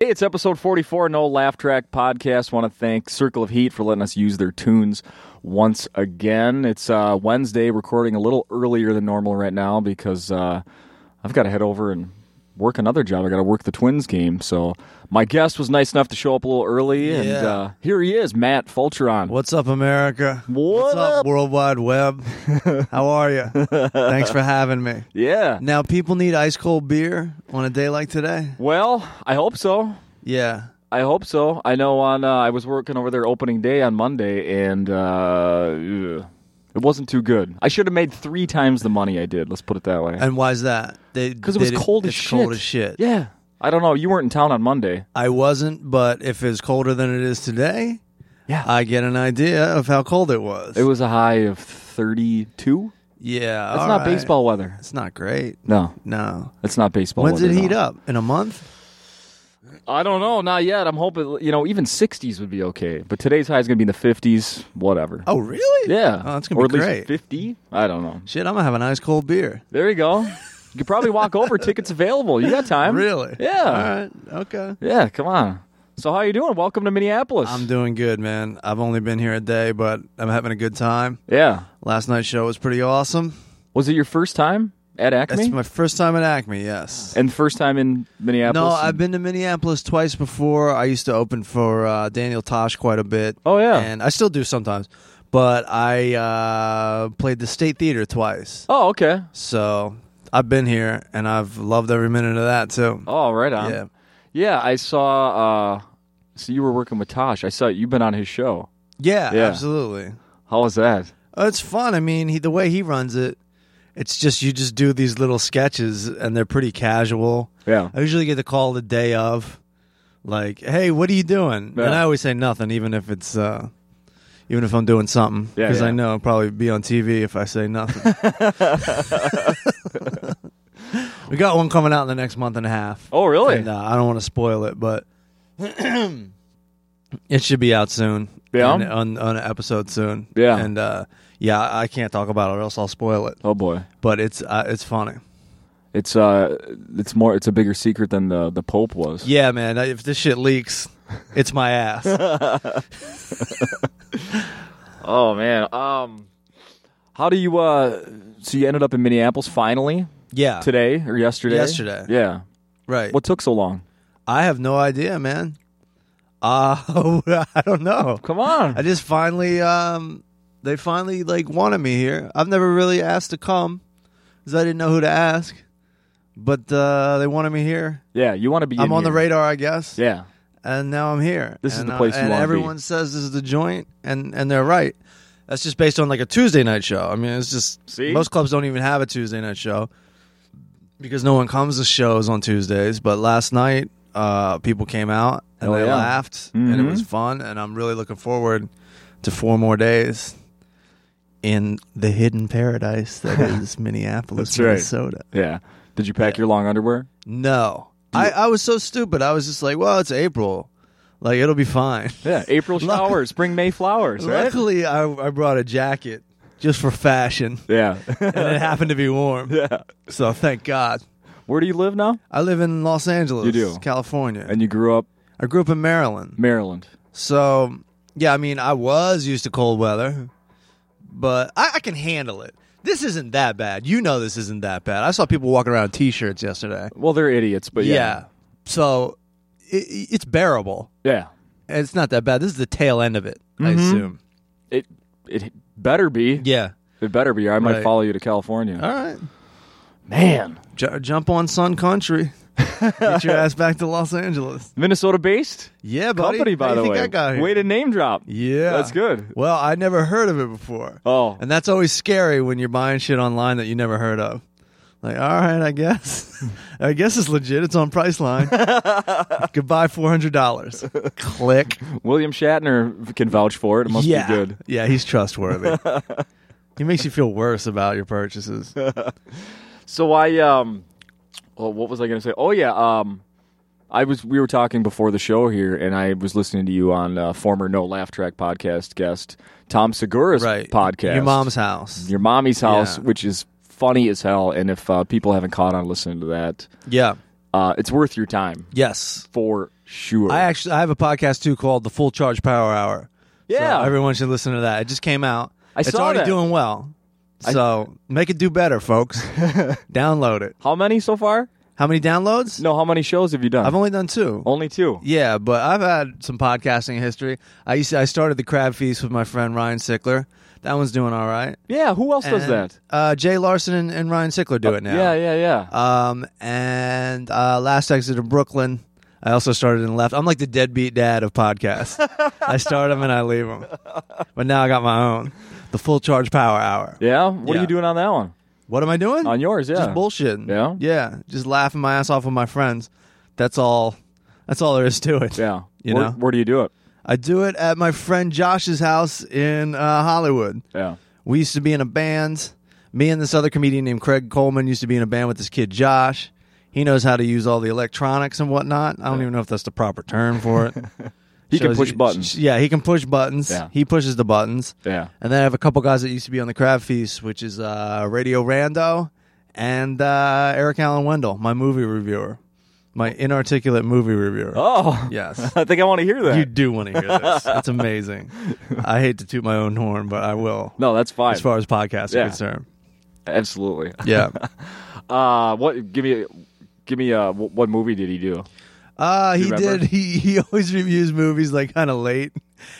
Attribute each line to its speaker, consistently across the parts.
Speaker 1: Hey, it's episode 44, No Laugh Track Podcast. Want to thank Circle of Heat for letting us use their tunes once again. It's uh, Wednesday, recording a little earlier than normal right now because uh, I've got to head over and work another job. I got to work the Twins game. So my guest was nice enough to show up a little early, and
Speaker 2: Yeah.
Speaker 1: uh, here he is, Matt Fulcheron.
Speaker 2: What's up, America?
Speaker 1: What
Speaker 2: What's up,
Speaker 1: up?
Speaker 2: World Wide Web? How are you? Thanks for having me.
Speaker 1: Yeah.
Speaker 2: Now, people need ice cold beer on a day like today.
Speaker 1: Well, I hope so.
Speaker 2: Yeah,
Speaker 1: I hope so. I know on uh, I was working over there opening day on Monday, and uh, ugh, it wasn't too good. I should have made three times the money I did. Let's put it that way.
Speaker 2: and why's that?
Speaker 1: Because
Speaker 2: Because
Speaker 1: it was cold as
Speaker 2: it's
Speaker 1: shit.
Speaker 2: Cold as shit.
Speaker 1: Yeah. I don't know. You weren't in town on Monday.
Speaker 2: I wasn't, but if it's colder than it is today,
Speaker 1: Yeah.
Speaker 2: I get an idea of how cold it was.
Speaker 1: it was a high of thirty-two.
Speaker 2: yeah,
Speaker 1: That's
Speaker 2: all
Speaker 1: not
Speaker 2: right.
Speaker 1: baseball weather.
Speaker 2: It's not great.
Speaker 1: No,
Speaker 2: No.
Speaker 1: it's not baseball.
Speaker 2: When's it
Speaker 1: weather
Speaker 2: heat up? In a month?
Speaker 1: I don't know. Not yet. I'm hoping you know even sixties would be okay. But today's high is going to be in the fifties. Whatever.
Speaker 2: Oh, really?
Speaker 1: yeah.
Speaker 2: Oh, that's gonna
Speaker 1: or
Speaker 2: be
Speaker 1: at
Speaker 2: great.
Speaker 1: least fifty. I don't know.
Speaker 2: Shit, I'm gonna have an ice cold beer.
Speaker 1: There you go. You could probably walk over. Tickets available. You got time?
Speaker 2: Really?
Speaker 1: Yeah.
Speaker 2: All right. Okay.
Speaker 1: Yeah. Come on. So how you doing? Welcome to Minneapolis.
Speaker 2: I'm doing good, man. I've only been here a day, but I'm having a good time.
Speaker 1: yeah.
Speaker 2: Last night's show was pretty awesome.
Speaker 1: Was it your first time at
Speaker 2: That's
Speaker 1: Acme?
Speaker 2: my first time at Acme, yes.
Speaker 1: and first time in Minneapolis.
Speaker 2: No, I've been to Minneapolis twice before. I used to open for uh, Daniel Tosh quite a bit.
Speaker 1: Oh, yeah.
Speaker 2: And I still do sometimes. But I uh, played the State Theater twice.
Speaker 1: Oh, okay.
Speaker 2: So I've been here and I've loved every minute of that too.
Speaker 1: Oh, right on.
Speaker 2: Yeah.
Speaker 1: Yeah, I saw. uh So you were working with Tosh. I saw you've been on his show.
Speaker 2: Yeah,
Speaker 1: Yeah.
Speaker 2: absolutely.
Speaker 1: How was that?
Speaker 2: Oh, It's fun. I mean, he, the way he runs it, it's just you just do these little sketches and they're pretty casual.
Speaker 1: Yeah.
Speaker 2: I usually get the call the day of, like, "Hey, what are you doing?"
Speaker 1: Yeah.
Speaker 2: And I always say nothing, even if it's, uh, even if I'm doing something,
Speaker 1: Yeah,
Speaker 2: because
Speaker 1: yeah.
Speaker 2: I know I'll probably be on TV if I say nothing. we got one coming out in the next month and a half.
Speaker 1: Oh, really?
Speaker 2: And, uh, I don't want to spoil it, but it should be out soon.
Speaker 1: Yeah?
Speaker 2: And on, on an episode soon.
Speaker 1: Yeah.
Speaker 2: and uh, yeah, I can't talk about it, or else I'll spoil it.
Speaker 1: Oh boy,
Speaker 2: But it's uh, it's funny.
Speaker 1: it's uh, it's more, it's a bigger secret than the the Pope was.
Speaker 2: Yeah, man. If this shit leaks, it's my ass.
Speaker 1: Oh man. Um, how do you uh? So you ended up in Minneapolis finally
Speaker 2: Yeah.
Speaker 1: today or yesterday?
Speaker 2: Yesterday.
Speaker 1: Yeah.
Speaker 2: Right.
Speaker 1: What took so long?
Speaker 2: I have no idea, man. Uh, I don't know.
Speaker 1: Come on.
Speaker 2: I just finally, um, they finally like wanted me here. I've never really asked to come because I didn't know who to ask, but uh, they wanted me here.
Speaker 1: yeah, you want to be.
Speaker 2: I'm
Speaker 1: in
Speaker 2: on the
Speaker 1: here.
Speaker 2: radar, I guess.
Speaker 1: Yeah.
Speaker 2: And now I'm here.
Speaker 1: This is
Speaker 2: And,
Speaker 1: the place
Speaker 2: uh,
Speaker 1: you
Speaker 2: and
Speaker 1: wanna be.
Speaker 2: everyone says this is the joint, and and they're right. That's just based on like a Tuesday night show. I mean, it's just
Speaker 1: See?
Speaker 2: most clubs don't even have a Tuesday night show because no one comes to shows on Tuesdays. But last night, uh, people came out and
Speaker 1: Oh,
Speaker 2: they
Speaker 1: yeah.
Speaker 2: laughed, and
Speaker 1: Mhm.
Speaker 2: it was fun. And I'm really looking forward to four more days in the hidden paradise that is Minneapolis,
Speaker 1: That's right.
Speaker 2: Minnesota.
Speaker 1: Yeah. Did you pack your long underwear?
Speaker 2: No, I, I was so stupid. I was just like, well, it's April, like it'll be fine.
Speaker 1: Yeah. April showers, spring May flowers, right?
Speaker 2: Luckily, I, I brought a jacket just for fashion,
Speaker 1: Yeah.
Speaker 2: and it happened to be warm.
Speaker 1: yeah.
Speaker 2: So thank God.
Speaker 1: Where do you live now?
Speaker 2: I live in Los Angeles,
Speaker 1: You do.
Speaker 2: California.
Speaker 1: And you grew up
Speaker 2: I grew up in Maryland.
Speaker 1: Maryland.
Speaker 2: So, yeah, I mean, I was used to cold weather, but I, I can handle it. This isn't that bad. You know, this isn't that bad. I saw people walking around in t shirts yesterday.
Speaker 1: Well, they're idiots, but yeah.
Speaker 2: So, it, it's bearable.
Speaker 1: Yeah.
Speaker 2: And It's not that bad. This is the tail end of it, I
Speaker 1: Mm-hmm.
Speaker 2: assume.
Speaker 1: It it better be.
Speaker 2: Yeah.
Speaker 1: It better be. or I might
Speaker 2: Right.
Speaker 1: follow you to California.
Speaker 2: All right.
Speaker 1: Man.
Speaker 2: J- jump on Sun Country. Get your ass back to Los Angeles.
Speaker 1: Minnesota based
Speaker 2: Yeah, buddy.
Speaker 1: company, by
Speaker 2: How
Speaker 1: the
Speaker 2: you
Speaker 1: way.
Speaker 2: Think I got here?
Speaker 1: Way to name drop.
Speaker 2: Yeah.
Speaker 1: That's good.
Speaker 2: Well, I never heard of it before.
Speaker 1: Oh.
Speaker 2: And that's always scary when you're buying shit online that you never heard of. Like, all right, I guess. I guess it's legit. It's on Priceline. Goodbye, $400. Click.
Speaker 1: William Shatner can vouch for it. It must
Speaker 2: yeah.
Speaker 1: be good.
Speaker 2: Yeah, he's trustworthy. he makes you feel worse about your purchases.
Speaker 1: So I um, well, what was I going to say? Oh yeah, um, I was we were talking before the show here, and I was listening to you on uh, former No Laugh Track podcast guest Tom Segura's
Speaker 2: Right.
Speaker 1: podcast,
Speaker 2: Your mom's house.
Speaker 1: your mommy's house,
Speaker 2: Yeah.
Speaker 1: which is funny as hell. And if uh, people haven't caught on listening to that,
Speaker 2: Yeah.
Speaker 1: Uh, it's worth your time
Speaker 2: Yes.
Speaker 1: for sure.
Speaker 2: I actually I have a podcast too called The Full Charge Power Hour. So
Speaker 1: yeah,
Speaker 2: everyone should listen to that. It just came out.
Speaker 1: I
Speaker 2: it's
Speaker 1: saw
Speaker 2: already
Speaker 1: that.
Speaker 2: doing well. So make it do better, folks. Download it.
Speaker 1: how many so far?
Speaker 2: How many downloads?
Speaker 1: No, Oh. how many shows have you done?
Speaker 2: I've only done two.
Speaker 1: only two.
Speaker 2: Yeah, but I've had some podcasting history. I used to, I started the Crab Feast with my friend Ryan Sickler. That one's doing all right.
Speaker 1: Yeah, who else does
Speaker 2: And,
Speaker 1: that? Uh,
Speaker 2: Uh, Jay Larson and, and Ryan Sickler do it now.
Speaker 1: Yeah, yeah, yeah.
Speaker 2: Um, and uh, last exit of Brooklyn. I also started and left. I'm like the deadbeat dad of podcasts. I start them and I leave them. But now I got my own, the full charge power hour.
Speaker 1: yeah, what are
Speaker 2: yeah.
Speaker 1: you doing on that one?
Speaker 2: What am I doing?
Speaker 1: On yours, yeah.
Speaker 2: Just bullshitting.
Speaker 1: Yeah?
Speaker 2: yeah. Just laughing my ass off with my friends. That's all. That's all there is to it.
Speaker 1: Yeah,
Speaker 2: You
Speaker 1: where,
Speaker 2: know?
Speaker 1: where do you do it?
Speaker 2: I do it at my friend Josh's house in uh, Hollywood.
Speaker 1: Yeah,
Speaker 2: We used to be in a band. Me and this other comedian named Craig Coleman used to be in a band with this kid Josh. He knows how to use all the electronics and whatnot. I don't even know if that's the proper term for it.
Speaker 1: he can
Speaker 2: Shows
Speaker 1: push
Speaker 2: you-
Speaker 1: buttons.
Speaker 2: Yeah, he can push buttons.
Speaker 1: Yeah.
Speaker 2: He pushes the buttons.
Speaker 1: yeah,
Speaker 2: And then I have a couple guys that used to be on the Crab Feast, which is uh, Radio Rando and uh, Eric Allen Wendell, my movie reviewer, my inarticulate movie reviewer.
Speaker 1: Oh,
Speaker 2: Yes.
Speaker 1: I think I want to hear that.
Speaker 2: You do want to hear this. It's amazing. I hate to toot my own horn, but I will.
Speaker 1: no, that's fine.
Speaker 2: As far as podcasts
Speaker 1: Yeah.
Speaker 2: are concerned.
Speaker 1: Absolutely.
Speaker 2: Yeah.
Speaker 1: Uh, what? Give me, give me. Uh, wh- what movie did he do?
Speaker 2: Uh, he
Speaker 1: remember?
Speaker 2: did. He, he always reviews movies like kind of late,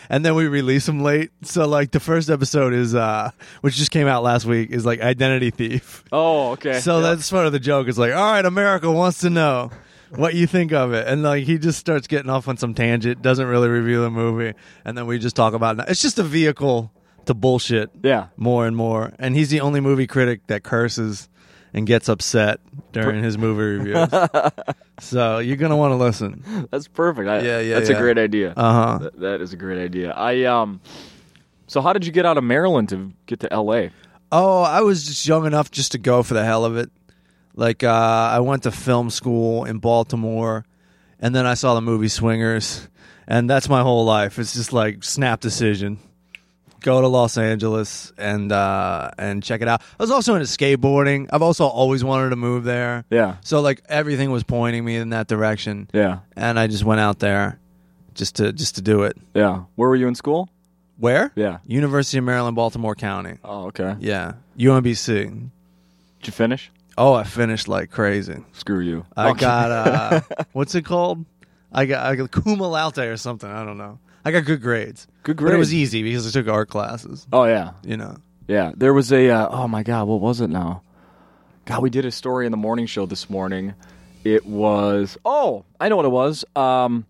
Speaker 2: and then we release them late. So like the first episode is, uh, which just came out last week, is like Identity Thief.
Speaker 1: Oh, okay.
Speaker 2: So
Speaker 1: Yeah.
Speaker 2: that's part of the joke. It's like, all right, America wants to know what you think of it, and like he just starts getting off on some tangent, doesn't really review the movie, and then we just talk about it. It's just a vehicle to bullshit.
Speaker 1: yeah.
Speaker 2: more and more. And he's the only movie critic that curses and gets upset during his movie reviews. so you're gonna want to listen.
Speaker 1: That's perfect. I,
Speaker 2: Yeah, yeah,
Speaker 1: That's
Speaker 2: yeah.
Speaker 1: a great idea.
Speaker 2: Uh huh.
Speaker 1: Th- that is a great idea. I um. So how did you get out of Maryland to get to L.A.?
Speaker 2: Oh, I was just young enough just to go for the hell of it. Like uh, I went to film school in Baltimore, and then I saw the movie Swingers, and that's my whole life. It's just like snap decision. Go to Los Angeles and uh, and check it out. I was also into skateboarding. I've also always wanted to move there.
Speaker 1: Yeah.
Speaker 2: So like everything was pointing me in that direction,
Speaker 1: Yeah.
Speaker 2: and I just went out there, just to just to do it.
Speaker 1: Yeah. Where were you in school?
Speaker 2: Where?
Speaker 1: Yeah.
Speaker 2: University of Maryland, Baltimore County.
Speaker 1: Oh, okay.
Speaker 2: Yeah, UMBC.
Speaker 1: Did you finish?
Speaker 2: Oh, I finished like crazy.
Speaker 1: Screw you. Oh,
Speaker 2: I
Speaker 1: Okay.
Speaker 2: got uh, what's it called? I got I got cum laude or something. I don't know. I got good grades.
Speaker 1: good
Speaker 2: But
Speaker 1: grades.
Speaker 2: it was e- easy because I took art classes.
Speaker 1: oh yeah,
Speaker 2: You know.
Speaker 1: yeah. There was a. Uh, oh my God, what was it now? God, we did a story in the morning show this morning. It was. Oh, I know what it was. Um,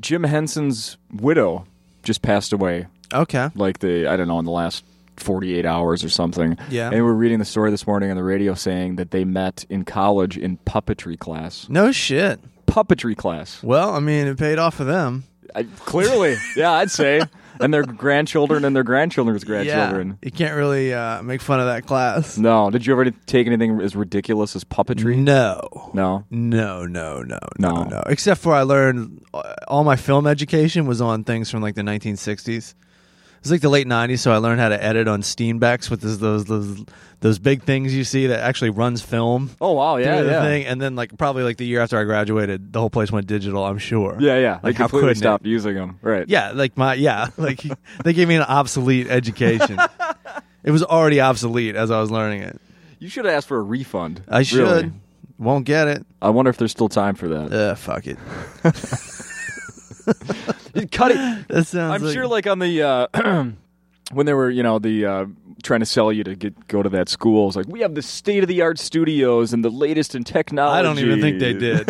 Speaker 1: Jim Henson's widow just passed away
Speaker 2: Okay.
Speaker 1: like the I don't know in the last 48 hours or something.
Speaker 2: Yeah.
Speaker 1: And we were reading the story this morning on the radio saying that they met in college in puppetry class.
Speaker 2: No shit.
Speaker 1: Puppetry class.
Speaker 2: Well, I mean, it paid off for them.
Speaker 1: I, clearly. yeah, I'd say. And their grandchildren and their grandchildren's grandchildren.
Speaker 2: Yeah. You can't really uh, make fun of that class.
Speaker 1: No, did you ever take anything as ridiculous as puppetry?
Speaker 2: No.
Speaker 1: No.
Speaker 2: No, no, no, no,
Speaker 1: No.
Speaker 2: no. Except for I learned uh, all my film education was on things from like the 1960s. It was like the late 90s, so I learned how to edit on Steenbecks with those those those, those big things you see that actually runs film.
Speaker 1: Oh wow, yeah,
Speaker 2: through the
Speaker 1: yeah.
Speaker 2: Thing. And then like probably like the year after I graduated, the whole place went digital. I'm sure.
Speaker 1: Yeah, yeah.
Speaker 2: Like
Speaker 1: they
Speaker 2: how
Speaker 1: completely
Speaker 2: could
Speaker 1: stopped using them. Right.
Speaker 2: Yeah, like my yeah, like they gave me an obsolete education. it was already obsolete as I was learning it.
Speaker 1: You should have asked for a refund.
Speaker 2: I should.
Speaker 1: Really.
Speaker 2: Won't get it.
Speaker 1: I wonder if there's still time for that.
Speaker 2: Uh, fuck it.
Speaker 1: Cut it.
Speaker 2: That sounds.
Speaker 1: I'm sure, like on the uh, when they were, you know, the uh, trying to sell you to get go to that school. It's like we have the state of the art studios and the latest in technology.
Speaker 2: I don't even think they did.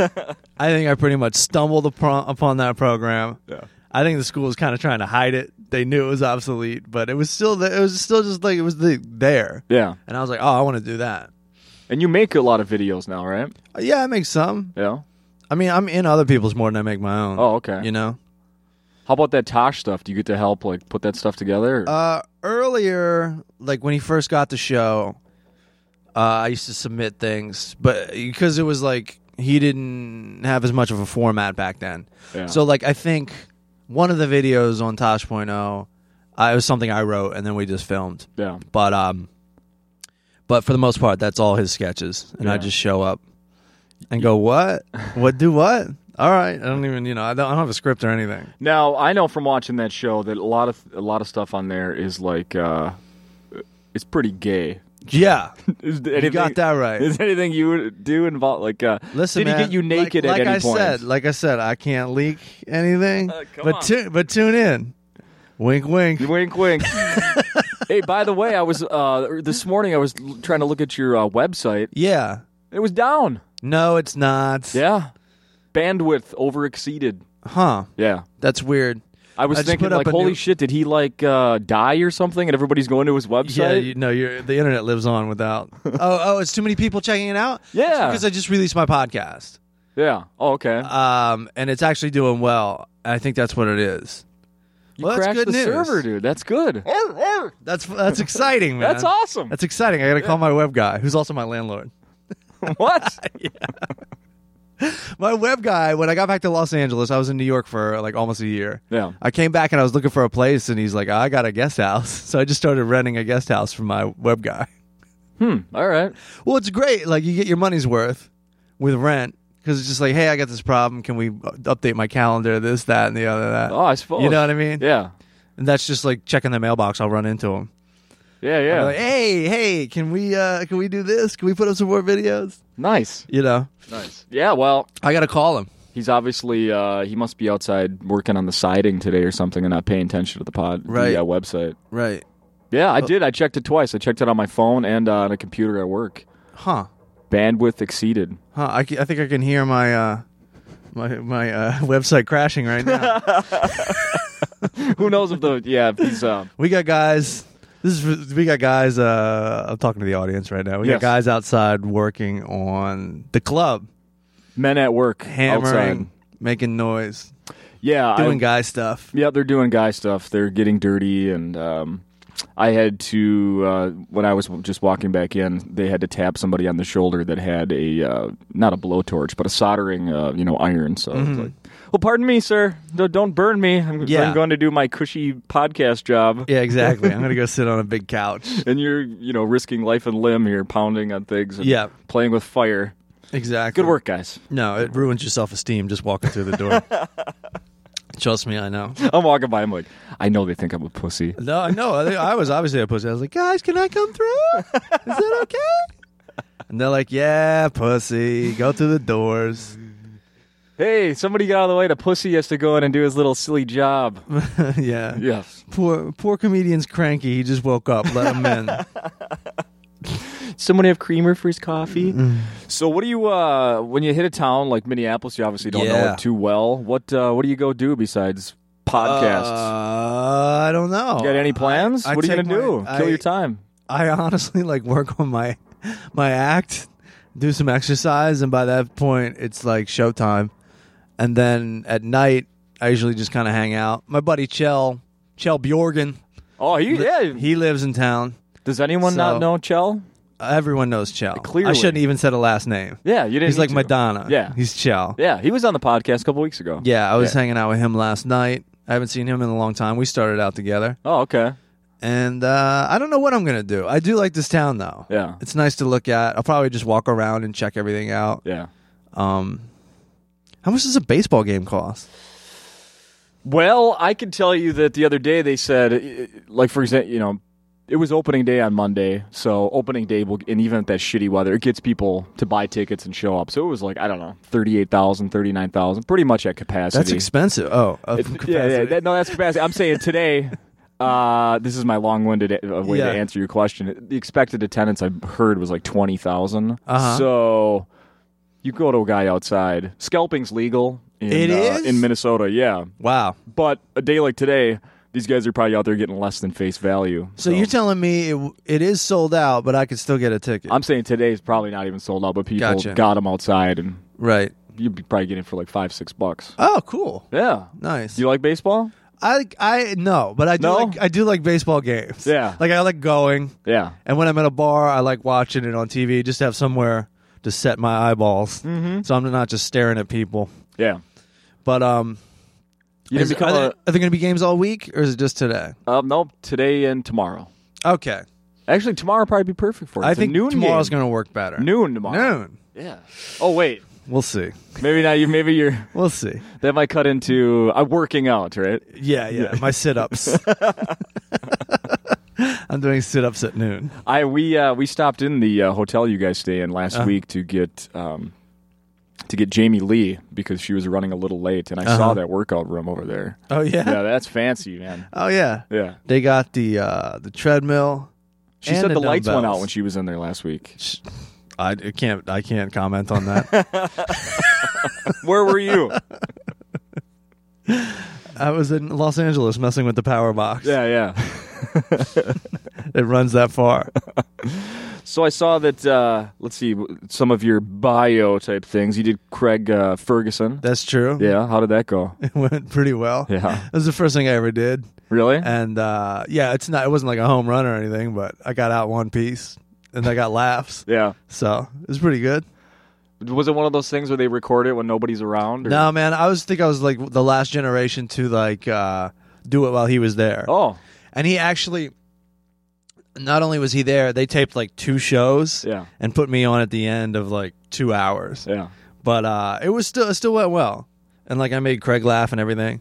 Speaker 2: I think I pretty much stumbled upon, upon that program.
Speaker 1: Yeah.
Speaker 2: I think the school was kind of trying to hide it. They knew it was obsolete, but it was still the, it was still just like it was the, there.
Speaker 1: yeah,
Speaker 2: And I was like, "Oh, I want to do that."
Speaker 1: and you make a lot of videos now, right?
Speaker 2: Yeah, I make some.
Speaker 1: Yeah.
Speaker 2: I mean, I'm in other people's more than I make my own.
Speaker 1: Oh, okay.
Speaker 2: You know.
Speaker 1: How about that Tosh stuff? Do you get to help like put that stuff together? or-
Speaker 2: Uh, earlier, like when he first got the show, uh, I used to submit things, but because it was like he didn't have as much of a format back then.
Speaker 1: Yeah.
Speaker 2: So like I think one of the videos on Tosh.0, uh, it was something I wrote and then we just filmed.
Speaker 1: yeah.
Speaker 2: But um, but for the most part, that's all his sketches, and I
Speaker 1: Yeah.
Speaker 2: just show up. and go what what do what all right i don't even you know i don't, I don't have a script or anything
Speaker 1: Now I know from watching that show that a lot of a lot of stuff on there is like uh, it's pretty gay.
Speaker 2: yeah
Speaker 1: Is
Speaker 2: you got that right
Speaker 1: Is anything you would do involve like uh,
Speaker 2: listen
Speaker 1: Did he
Speaker 2: man,
Speaker 1: get you naked
Speaker 2: like,
Speaker 1: at
Speaker 2: like
Speaker 1: any
Speaker 2: i
Speaker 1: point?
Speaker 2: said like i said i can't leak anything
Speaker 1: Uh, come
Speaker 2: but
Speaker 1: on.
Speaker 2: tu- but tune in wink wink
Speaker 1: wink, wink. hey, by the way, I was uh, this morning. I was l- trying to look at your uh, website.
Speaker 2: yeah
Speaker 1: It was down.
Speaker 2: no it's not
Speaker 1: Yeah, bandwidth over exceeded.
Speaker 2: huh
Speaker 1: Yeah.
Speaker 2: that's weird
Speaker 1: I was
Speaker 2: I just
Speaker 1: thinking,
Speaker 2: put up
Speaker 1: like,
Speaker 2: a
Speaker 1: holy
Speaker 2: new-
Speaker 1: shit, did he like uh, die or something? And everybody's going to his website.
Speaker 2: Yeah, you, no, you're, the internet lives on without. oh, oh, it's too many people checking it out. It's
Speaker 1: Yeah.
Speaker 2: because I just released my podcast,
Speaker 1: Yeah. Oh, okay.
Speaker 2: um, and it's actually doing well. I think that's what it is.
Speaker 1: you
Speaker 2: well, that's
Speaker 1: crashed
Speaker 2: good
Speaker 1: the
Speaker 2: news.
Speaker 1: server, dude. That's good.
Speaker 2: That's that's exciting, man.
Speaker 1: That's awesome.
Speaker 2: That's exciting. I got to call my web guy, who's also my landlord.
Speaker 1: what?
Speaker 2: My web guy, when I got back to Los Angeles, I was in New York for like almost a year.
Speaker 1: Yeah.
Speaker 2: I came back and I was looking for a place, and he's like, "I got a guest house," so I just started renting a guest house from my web guy.
Speaker 1: Hmm. All right.
Speaker 2: Well, it's great. Like you get your money's worth with rent because it's just like, hey, I got this problem. Can we update my calendar? This, that, and the other. That.
Speaker 1: Oh, I suppose.
Speaker 2: you know what I mean?
Speaker 1: Yeah.
Speaker 2: And that's just like checking the mailbox. I'll run into them.
Speaker 1: Yeah. Yeah.
Speaker 2: Like, eh. hey, hey, can we uh can we do this? Can we put up some more videos?
Speaker 1: nice.
Speaker 2: You know,
Speaker 1: Nice. Yeah. Well,
Speaker 2: I gotta call him.
Speaker 1: He's obviously uh, he must be outside working on the siding today or something and not paying attention to the pod
Speaker 2: Right. Oh.
Speaker 1: the, uh, website.
Speaker 2: Right?
Speaker 1: Yeah, I did. I checked it twice. I checked it on my phone and uh, on a computer at work.
Speaker 2: Huh?
Speaker 1: Bandwidth exceeded.
Speaker 2: Huh? I, ca- I think I can hear my uh my my uh, website crashing right now.
Speaker 1: Who knows if the yeah if he's uh,
Speaker 2: we got guys. This is for- we got guys. Uh, I'm talking to the audience right now. We
Speaker 1: Yes.
Speaker 2: got guys outside working on the club.
Speaker 1: men at work
Speaker 2: hammering,
Speaker 1: outside.
Speaker 2: making noise,
Speaker 1: Yeah, I-
Speaker 2: doing guy stuff.
Speaker 1: Yeah, they're doing guy stuff. They're getting dirty, and um, I had to uh, when I was just walking back in, they had to tap somebody on the shoulder that had a uh, not a blowtorch, but a soldering uh, you know iron. So it's like, well, pardon me, sir. No, don't burn me. I'm,
Speaker 2: Yeah.
Speaker 1: I'm going to do my cushy podcast job.
Speaker 2: Yeah, exactly. I'm gonna go sit on a big couch.
Speaker 1: And you're, you know, risking life and limb here, pounding on things and
Speaker 2: Yeah.
Speaker 1: playing with fire.
Speaker 2: Exactly.
Speaker 1: Good work, guys.
Speaker 2: No, it ruins your self esteem just walking through the door. Trust me, I know.
Speaker 1: I'm walking by. I'm like, I know they think I'm a pussy.
Speaker 2: No, I know. I, I was obviously a pussy. I was like, guys, can I come through? Is that okay? And they're like, yeah, pussy, go through the doors.
Speaker 1: Hey, somebody got out of the way. The pussy has to go in and do his little silly job.
Speaker 2: yeah.
Speaker 1: Yes.
Speaker 2: Poor, poor comedian's cranky. He just woke up. Let him in.
Speaker 1: Someone have creamer for his coffee.
Speaker 2: Mm.
Speaker 1: So, what do you uh, when you hit a town like Minneapolis? You obviously don't know
Speaker 2: Yeah.
Speaker 1: it too well. What uh, what do you go do besides podcasts?
Speaker 2: Uh, I don't know.
Speaker 1: you got any plans?
Speaker 2: I
Speaker 1: what are you
Speaker 2: take
Speaker 1: gonna do?
Speaker 2: my-
Speaker 1: Kill
Speaker 2: I-
Speaker 1: your time.
Speaker 2: I honestly like work on my my act, do some exercise, and by that point it's like showtime. And then at night, I usually just kind of hang out. My buddy Chell, Chell Bjorgen,
Speaker 1: Oh, he, yeah.
Speaker 2: he lives in town.
Speaker 1: Does anyone
Speaker 2: So-
Speaker 1: not know Chell?
Speaker 2: Everyone knows Chell.
Speaker 1: Clearly.
Speaker 2: I shouldn't even said a last name.
Speaker 1: Yeah, you didn't.
Speaker 2: He's like
Speaker 1: need to.
Speaker 2: Madonna.
Speaker 1: Yeah.
Speaker 2: he's Chell.
Speaker 1: Yeah, he was on the podcast a couple weeks ago.
Speaker 2: Yeah, I was
Speaker 1: Yeah.
Speaker 2: hanging out with him last night. I haven't seen him in a long time. We started out together,
Speaker 1: Oh, okay.
Speaker 2: and uh, I don't know what I'm gonna do. I do like this town though.
Speaker 1: Yeah.
Speaker 2: It's nice to look at. I'll probably just walk around and check everything out.
Speaker 1: Yeah.
Speaker 2: Um, how much does a baseball game cost?
Speaker 1: Well, I can tell you that the other day they said, eh, like for example, you know, it was opening day on Monday, so opening day will, and even at that shitty weather, it gets people to buy tickets and show up. So it was like I don't know, thirty-eight thousand, thirty-nine thousand, pretty much at capacity.
Speaker 2: That's expensive. Oh, uh,
Speaker 1: It's-
Speaker 2: capacity.
Speaker 1: yeah, yeah, that- no, that's capacity. I'm saying today. Uh, this is my long-winded uh, way
Speaker 2: Yeah.
Speaker 1: to answer your question. The expected attendance I heard was like twenty thousand.
Speaker 2: Uh-huh.
Speaker 1: So you go to a guy outside. Scalping's legal. In,
Speaker 2: It
Speaker 1: uh,
Speaker 2: is?
Speaker 1: in Minnesota. Yeah.
Speaker 2: wow.
Speaker 1: But a day like today, these guys are probably out there getting less than face value.
Speaker 2: So, you're telling me it, it is sold out, but I could still get a ticket,
Speaker 1: I'm saying today is probably not even sold out, but people
Speaker 2: Gotcha.
Speaker 1: got them outside, and
Speaker 2: right?
Speaker 1: you'd be probably getting it for like five, six bucks.
Speaker 2: Oh, cool.
Speaker 1: Yeah.
Speaker 2: Nice.
Speaker 1: Do you like baseball?
Speaker 2: I I no, but I do
Speaker 1: No?
Speaker 2: like I do like baseball games.
Speaker 1: Yeah.
Speaker 2: like I like going,
Speaker 1: Yeah.
Speaker 2: and when I'm at a bar, I like watching it on TV. Just to have somewhere to set my eyeballs, mm-hmm. so I'm not just staring at people.
Speaker 1: Yeah.
Speaker 2: But um,
Speaker 1: You didn't
Speaker 2: is-
Speaker 1: become
Speaker 2: are, there,
Speaker 1: a.
Speaker 2: are there going to be games all week, or is it just today?
Speaker 1: Um, nope. Today and tomorrow.
Speaker 2: Okay,
Speaker 1: Actually, tomorrow would probably be perfect for it.
Speaker 2: I
Speaker 1: It's a
Speaker 2: think
Speaker 1: noon
Speaker 2: tomorrow's
Speaker 1: game.
Speaker 2: going to work better.
Speaker 1: Noon tomorrow.
Speaker 2: Noon.
Speaker 1: Yeah. Oh, wait.
Speaker 2: We'll see.
Speaker 1: Maybe now you maybe you're
Speaker 2: We'll see.
Speaker 1: that might cut into uh, working out, right?
Speaker 2: Yeah, yeah. My sit ups. I'm doing sit ups at noon.
Speaker 1: I we uh, we stopped in the uh, hotel you guys stay in last
Speaker 2: Uh-huh.
Speaker 1: week to get um, to get Jamie Lee because she was running a little late, and I
Speaker 2: Uh-huh.
Speaker 1: saw that workout room over there.
Speaker 2: Oh yeah.
Speaker 1: yeah, that's fancy, man.
Speaker 2: Oh yeah.
Speaker 1: Yeah,
Speaker 2: They got the uh the treadmill.
Speaker 1: she
Speaker 2: and
Speaker 1: said the, lights went out
Speaker 2: dumbbells.
Speaker 1: when she was in there last week.
Speaker 2: I I can't I can't comment on that.
Speaker 1: Where were you?
Speaker 2: I was in Los Angeles messing with the power box.
Speaker 1: yeah, yeah.
Speaker 2: It runs that far.
Speaker 1: So I saw that. Uh, let's see, w- some of your bio type things. You did Craig uh, Ferguson.
Speaker 2: That's true.
Speaker 1: Yeah, how did that go?
Speaker 2: It went pretty well.
Speaker 1: Yeah,
Speaker 2: It was the first thing I ever did.
Speaker 1: really?
Speaker 2: And uh yeah, it's not it wasn't like a home run or anything, but I got out one piece and I got laughs.
Speaker 1: Yeah.
Speaker 2: So it was pretty good.
Speaker 1: Was it one of those things where they record it when nobody's around? Or?
Speaker 2: No man, I was think I was like the last generation to like uh do it while he was there.
Speaker 1: Oh,
Speaker 2: And he actually, not only was he there, they taped like two shows
Speaker 1: yeah,
Speaker 2: and put me on at the end of like two hours.
Speaker 1: yeah.
Speaker 2: But uh, it was still it still went well, and like I made Craig laugh and everything.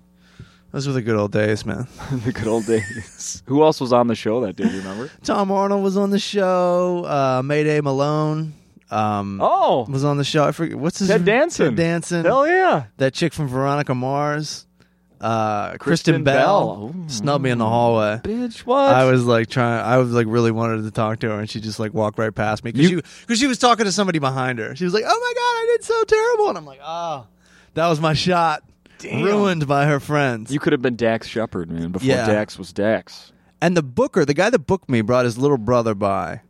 Speaker 2: Those were the good old days, man.
Speaker 1: the good old days. Who else was on the show that day? You remember?
Speaker 2: Tom Arnold was on the show. Uh, Mayday Malone um,
Speaker 1: Oh,
Speaker 2: was on the show. I forget what's his
Speaker 1: Ted Danson.
Speaker 2: Ted Danson.
Speaker 1: hell yeah!
Speaker 2: That chick from Veronica Mars. Uh,
Speaker 1: Kristen
Speaker 2: Kristen
Speaker 1: Bell.
Speaker 2: Bell, snubbed me in the hallway.
Speaker 1: Bitch, what?
Speaker 2: I was like trying. I was like really wanted to talk to her, and she just like walked right past me because she
Speaker 1: You-
Speaker 2: because she was talking to somebody behind her. She was like, "Oh my god, I did so terrible," and I'm like, "Oh, that was my shot,
Speaker 1: Damn.
Speaker 2: ruined by her friends."
Speaker 1: you could have been Dax Shepard, man. Before
Speaker 2: Yeah.
Speaker 1: Dax was Dax.
Speaker 2: and the booker, the guy that booked me, brought his little brother by.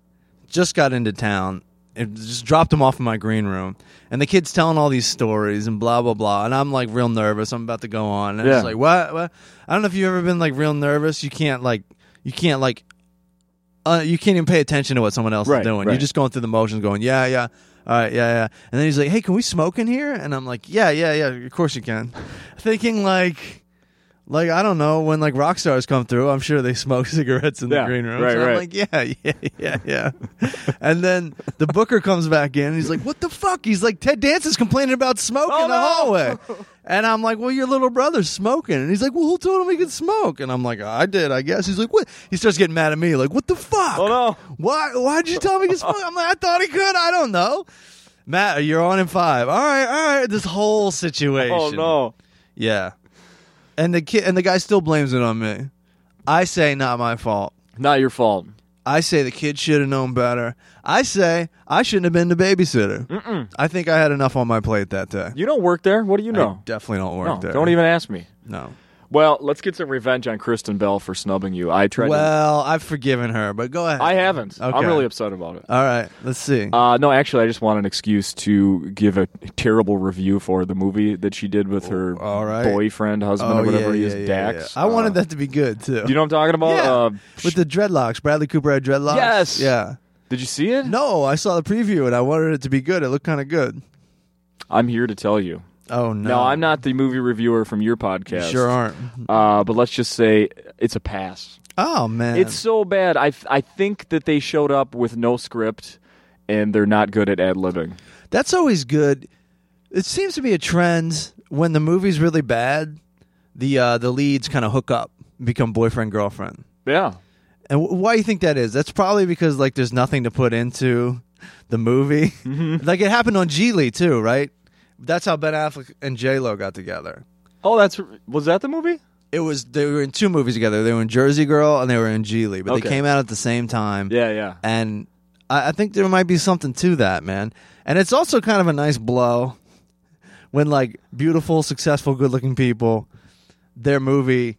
Speaker 2: Just got into town and just dropped him off in my green room, and the kid's telling all these stories and blah blah blah, and I'm like real nervous. I'm about to go on, and
Speaker 1: Yeah.
Speaker 2: it's like, what? what? I don't know if you've ever been like real nervous. You can't like you can't like uh, you can't even pay attention to what someone else
Speaker 1: Right,
Speaker 2: is doing.
Speaker 1: right.
Speaker 2: You're just going through the motions, going, yeah, yeah, all right, yeah, yeah. And then he's like, hey, can we smoke in here? And I'm like, yeah, yeah, yeah, of course you can. Thinking like, like I don't know when like rock stars come through, I'm sure they smoke cigarettes in
Speaker 1: Yeah,
Speaker 2: the green room.
Speaker 1: right,
Speaker 2: so I'm
Speaker 1: right.
Speaker 2: like, yeah, yeah, yeah, yeah. and then the booker comes back in. And he's like, what the fuck? He's like, Ted Danson's complaining about smoke
Speaker 1: Oh,
Speaker 2: in the
Speaker 1: no.
Speaker 2: hallway. And I'm like, well, your little brother's smoking. And he's like, well, who told him he could smoke? And I'm like, I did, I guess. He's like, what? He starts getting mad at me, like, what the fuck?
Speaker 1: Oh no!
Speaker 2: Why? Why'd you tell me he could smoke? I'm like, I thought he could. I don't know. Matt, you're on in five. All right, all right. This whole situation.
Speaker 1: Oh no!
Speaker 2: Yeah. And the kid and the guy still blames it on me. I say not my fault.
Speaker 1: Not your fault.
Speaker 2: I say the kid should have known better. I say I shouldn't have been the babysitter. Mm-mm. I think I had enough on my plate that day.
Speaker 1: You don't work there. What do you
Speaker 2: I
Speaker 1: know?
Speaker 2: definitely don't work
Speaker 1: No,
Speaker 2: there.
Speaker 1: don't even ask me.
Speaker 2: No.
Speaker 1: Well, let's get some revenge on Kristen Bell for snubbing you. I tried. to,
Speaker 2: Well, I've forgiven her, but go ahead.
Speaker 1: I haven't. I'm
Speaker 2: Okay.
Speaker 1: really upset about it.
Speaker 2: All right, let's see.
Speaker 1: Uh, no, actually, I just want an excuse to give a terrible review for the movie that she did with her
Speaker 2: Oh, all right.
Speaker 1: boyfriend,
Speaker 2: Oh,
Speaker 1: husband, or whatever he is, Dax.
Speaker 2: I wanted
Speaker 1: Uh,
Speaker 2: that to be good too.
Speaker 1: Do you know what I'm talking about?
Speaker 2: Yeah.
Speaker 1: Uh,
Speaker 2: with the dreadlocks, Bradley Cooper had dreadlocks.
Speaker 1: Yes.
Speaker 2: Yeah.
Speaker 1: did you see it?
Speaker 2: No, I saw the preview and I wanted it to be good. It looked kind of good.
Speaker 1: I'm here to tell you.
Speaker 2: Oh no.
Speaker 1: No, I'm not the movie reviewer from your
Speaker 2: You
Speaker 1: podcast.
Speaker 2: Sure aren't.
Speaker 1: Uh, but let's just say it's a pass.
Speaker 2: Oh man.
Speaker 1: It's so bad. I, I think that they showed up with no script and they're not good at ad libbing.
Speaker 2: That's always good. It seems to be a trend when the movie's really bad, the uh, the leads kind of hook up, and become boyfriend girlfriend.
Speaker 1: Yeah.
Speaker 2: And w- why you think that is? That's probably because like there's nothing to put into the movie. like it happened on Geely too, right? That's how Ben Affleck and J Lo got together.
Speaker 1: Oh, that's was that the movie?
Speaker 2: It was they were in two movies together. They were in Jersey Girl and they were in Geely, but
Speaker 1: Okay.
Speaker 2: they came out at the same time.
Speaker 1: Yeah, yeah.
Speaker 2: And I, I think there might be something to that, man. And it's also kind of a nice blow when like beautiful, successful, good looking people, their movie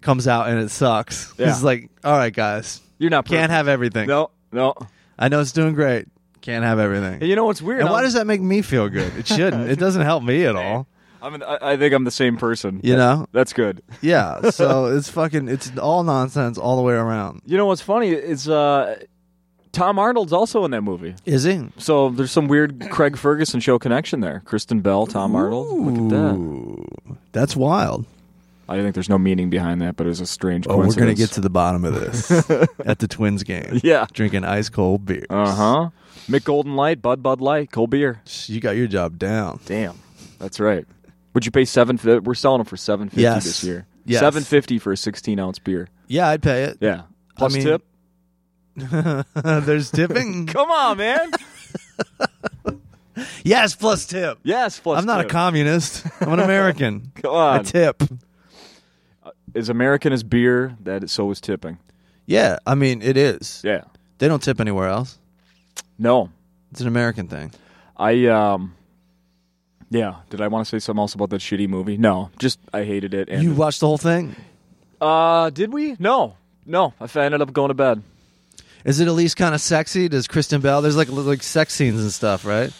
Speaker 2: comes out and it sucks.
Speaker 1: Yeah.
Speaker 2: It's like, all right, guys,
Speaker 1: You're not
Speaker 2: can't
Speaker 1: perfect.
Speaker 2: have everything.
Speaker 1: No, no.
Speaker 2: I know it's doing great. Can't have everything.
Speaker 1: And you know what's weird?
Speaker 2: And why
Speaker 1: I'm-
Speaker 2: does that make me feel good? It shouldn't. it doesn't help me at all.
Speaker 1: I'm an, I, I think I'm the same person.
Speaker 2: You know?
Speaker 1: That's good.
Speaker 2: Yeah. So it's fucking it's all nonsense all the way around.
Speaker 1: You know what's funny is uh, Tom Arnold's also in that movie.
Speaker 2: Is it?
Speaker 1: So there's some weird Craig Ferguson show connection there. Kristen Bell, Tom Arnold. Look at that.
Speaker 2: Ooh. That's wild.
Speaker 1: I think there's no meaning behind that, but it was a strange
Speaker 2: Oh, we're
Speaker 1: coincidence.
Speaker 2: gonna get to the bottom of this at the Twins game.
Speaker 1: Yeah.
Speaker 2: Drinking ice cold beer.
Speaker 1: Uh huh. Mick Golden Light, Bud Bud Light, cold beer.
Speaker 2: You got your job down.
Speaker 1: Damn, that's right. Would you pay seven? fi- We're selling them for seven fifty
Speaker 2: Yes.
Speaker 1: this year.
Speaker 2: Yes.
Speaker 1: Seven fifty for a sixteen ounce beer.
Speaker 2: Yeah, I'd pay it.
Speaker 1: Yeah, plus
Speaker 2: mean-
Speaker 1: tip.
Speaker 2: There's tipping.
Speaker 1: Come on, man.
Speaker 2: yes, plus tip.
Speaker 1: yes, plus.
Speaker 2: I'm not
Speaker 1: tip.
Speaker 2: a communist. I'm an American.
Speaker 1: Come on.
Speaker 2: I tip.
Speaker 1: as American as beer, that so is tipping.
Speaker 2: Yeah, I mean it is.
Speaker 1: Yeah.
Speaker 2: They don't tip anywhere else.
Speaker 1: No,
Speaker 2: It's an American thing.
Speaker 1: I um. Yeah, did I want to say something else about that shitty movie? No, just I hated it. And
Speaker 2: You watched the whole thing?
Speaker 1: uh, did we? No, no. I f- I ended up going to bed.
Speaker 2: Is it at least kind of sexy? Does Kristen Bell? There's like li- like sex scenes and stuff, right?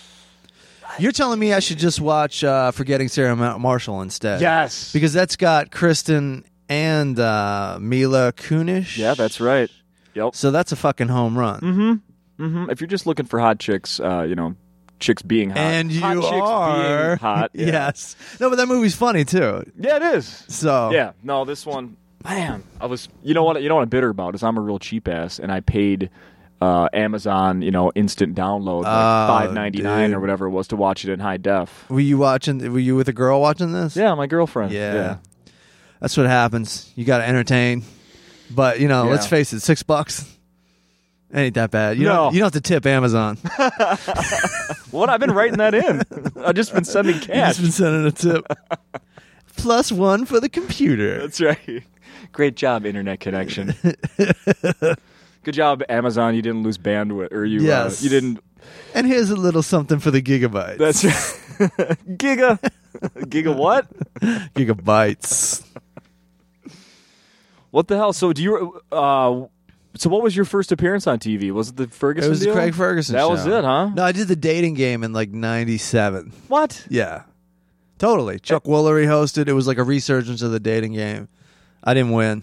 Speaker 2: You're telling me I should just watch uh, Forgetting Sarah Ma- Marshall instead?
Speaker 1: Yes,
Speaker 2: because that's got Kristen and uh, Mila Kunis.
Speaker 1: yeah, that's right. Yep.
Speaker 2: so that's a fucking home run.
Speaker 1: hmm If you're just looking for hot chicks, uh, you know, chicks being hot,
Speaker 2: And you
Speaker 1: hot chicks
Speaker 2: are
Speaker 1: being hot. Yeah.
Speaker 2: Yes. No, but that movie's funny too.
Speaker 1: yeah, it is.
Speaker 2: So
Speaker 1: Yeah, no, this one, man, I was. You know what? You know what I'm bitter about is I'm a real cheap ass, and I paid uh, Amazon, you know, instant download like
Speaker 2: Oh,
Speaker 1: five ninety nine
Speaker 2: dude.
Speaker 1: or whatever it was to watch it in high def.
Speaker 2: Were you watching? Were you with a girl watching this?
Speaker 1: Yeah, my girlfriend.
Speaker 2: Yeah. That's what happens. You got to entertain. But, you know,
Speaker 1: Yeah.
Speaker 2: let's face it, six bucks ain't that bad. You,
Speaker 1: No.
Speaker 2: don't, you don't have to tip Amazon.
Speaker 1: What I've been writing that in. I've just been sending
Speaker 2: It's
Speaker 1: cash.
Speaker 2: been sending a tip. Plus one for the computer.
Speaker 1: That's right. Great job, internet connection. Good job, Amazon. You didn't lose bandwidth, or you uh,
Speaker 2: Yes.
Speaker 1: you didn't
Speaker 2: And here's a little something for the gigabytes.
Speaker 1: That's right. Giga. Giga what?
Speaker 2: gigabytes.
Speaker 1: What the hell? So do you uh so what was your first appearance on TV? Was it the Ferguson
Speaker 2: It was the
Speaker 1: deal?
Speaker 2: Craig Ferguson
Speaker 1: That
Speaker 2: show.
Speaker 1: was it, huh?
Speaker 2: No, I did the dating game in like 97.
Speaker 1: What?
Speaker 2: Yeah. Totally. Chuck Woolery hosted. It was like a resurgence of the dating game. I didn't win.